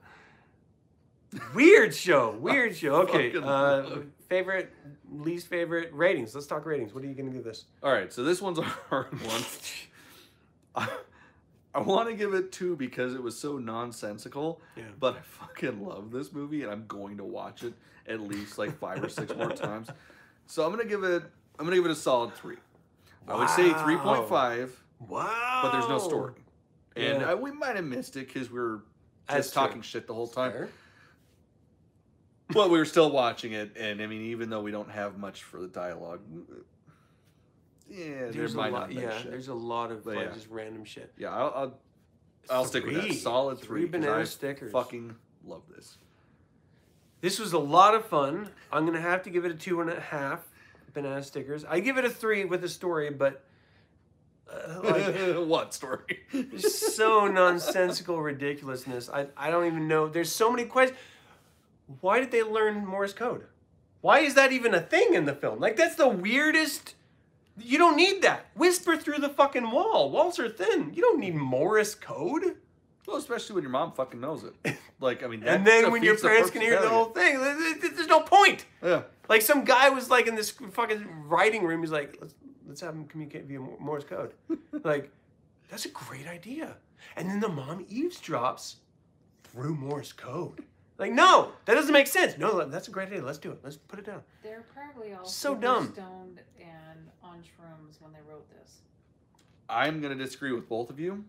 weird show. Weird show. Okay. Fucking Uh, love. favorite, least favorite ratings. Let's talk ratings. What are you gonna give this? All right, so this one's a hard one. I, I want to give it two because it was so nonsensical, Yeah. but I fucking love this movie and I'm going to watch it at least like five or six more times. So I'm gonna give it. I'm gonna give it a solid three. I would say Wow. three point five, Wow. but there's no story, and Yeah. I, we might have missed it because we were That's just true. talking shit the whole time. But we were still watching it, and I mean, even though we don't have much for the dialogue, mm, yeah, There's there a might lot. not be Yeah. shit. There's a lot of But like yeah. just random shit. Yeah, I'll, I'll I'll stick with that. Three. Solid Three three. 'cause banana I stickers. Fucking love this. This was a lot of fun. I'm gonna have to give it a two and a half banana stickers. I give it a three with a story, but uh, like what story? so nonsensical ridiculousness. I I don't even know. There's so many questions. Why did they learn Morse code? Why is that even a thing in the film? Like that's the weirdest. You don't need that. Whisper through the fucking wall. Walls are thin. You don't need Morse code. well, especially when your mom fucking knows it. Like, I mean, that And then stuff when your feeds the parents can hear the whole personality. thing, th- th- th- there's no point. Yeah. Like some guy was like in this fucking writing room. He's like, let's let's have him communicate via Mo- Morse code. like, that's a great idea. And then the mom eavesdrops through Morse code. Like, no, that doesn't make sense. No, that's a great idea. Let's do it. Let's put it down. They're probably all So super dumb. stoned and on shrooms when they wrote this. I'm gonna disagree with both of you.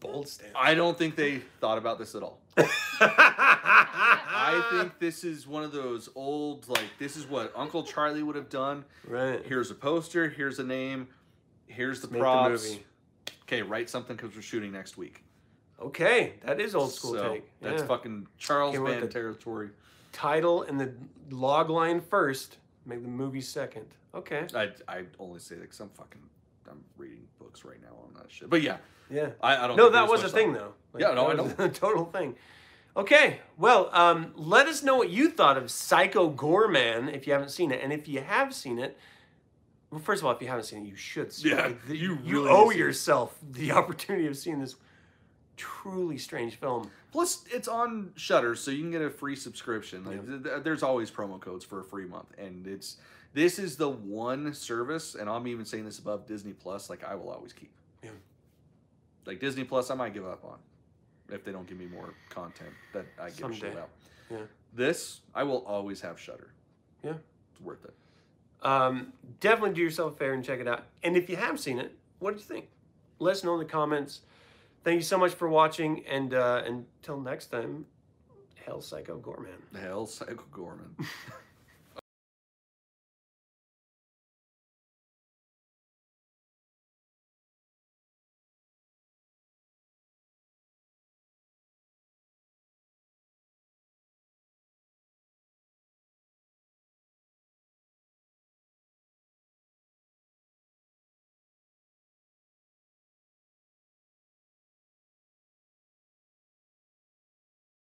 Bold stance. I don't think they thought about this at all. Ah. I think this is one of those old, like, this is what Uncle Charlie would have done. right. Here's a poster. Here's a name. Here's the Make the props. movie. Okay, write something because we're shooting next week. Okay, that is old school So, take. That's Yeah. fucking Charles Came up with Band the- territory. Title and the log line first. Make the movie second. Okay. I, I only say that because I'm fucking I'm reading books right now on that shit. But yeah, Yeah. I, I don't. No, think that there's was a much thing thought. though. Yeah, no, that I was A total thing. Okay, well, um, let us know what you thought of Psycho Gorman if you haven't seen it, and if you have seen it. Well, first of all, if you haven't seen it, you should. See Yeah, it. Like, the- you you really owe need to see it. yourself the opportunity of seeing this truly strange film. Plus, it's on Shutter, so you can get a free subscription. Like, th- th- there's always promo codes for a free month, and it's this is the one service, and I'm even saying this above Disney Plus. Like I will always keep. Yeah. Like Disney Plus, I might give up on if they don't give me more content that I give a shit Someday. about. Yeah. This I will always have Shutter. Yeah. it's worth it. Um, definitely do yourself a favor and check it out. And if you have seen it, what did you think? Let us know in the comments. Thank you so much for watching, and uh, until next time, Hell Psycho Gorman. Hell, Psycho Gorman.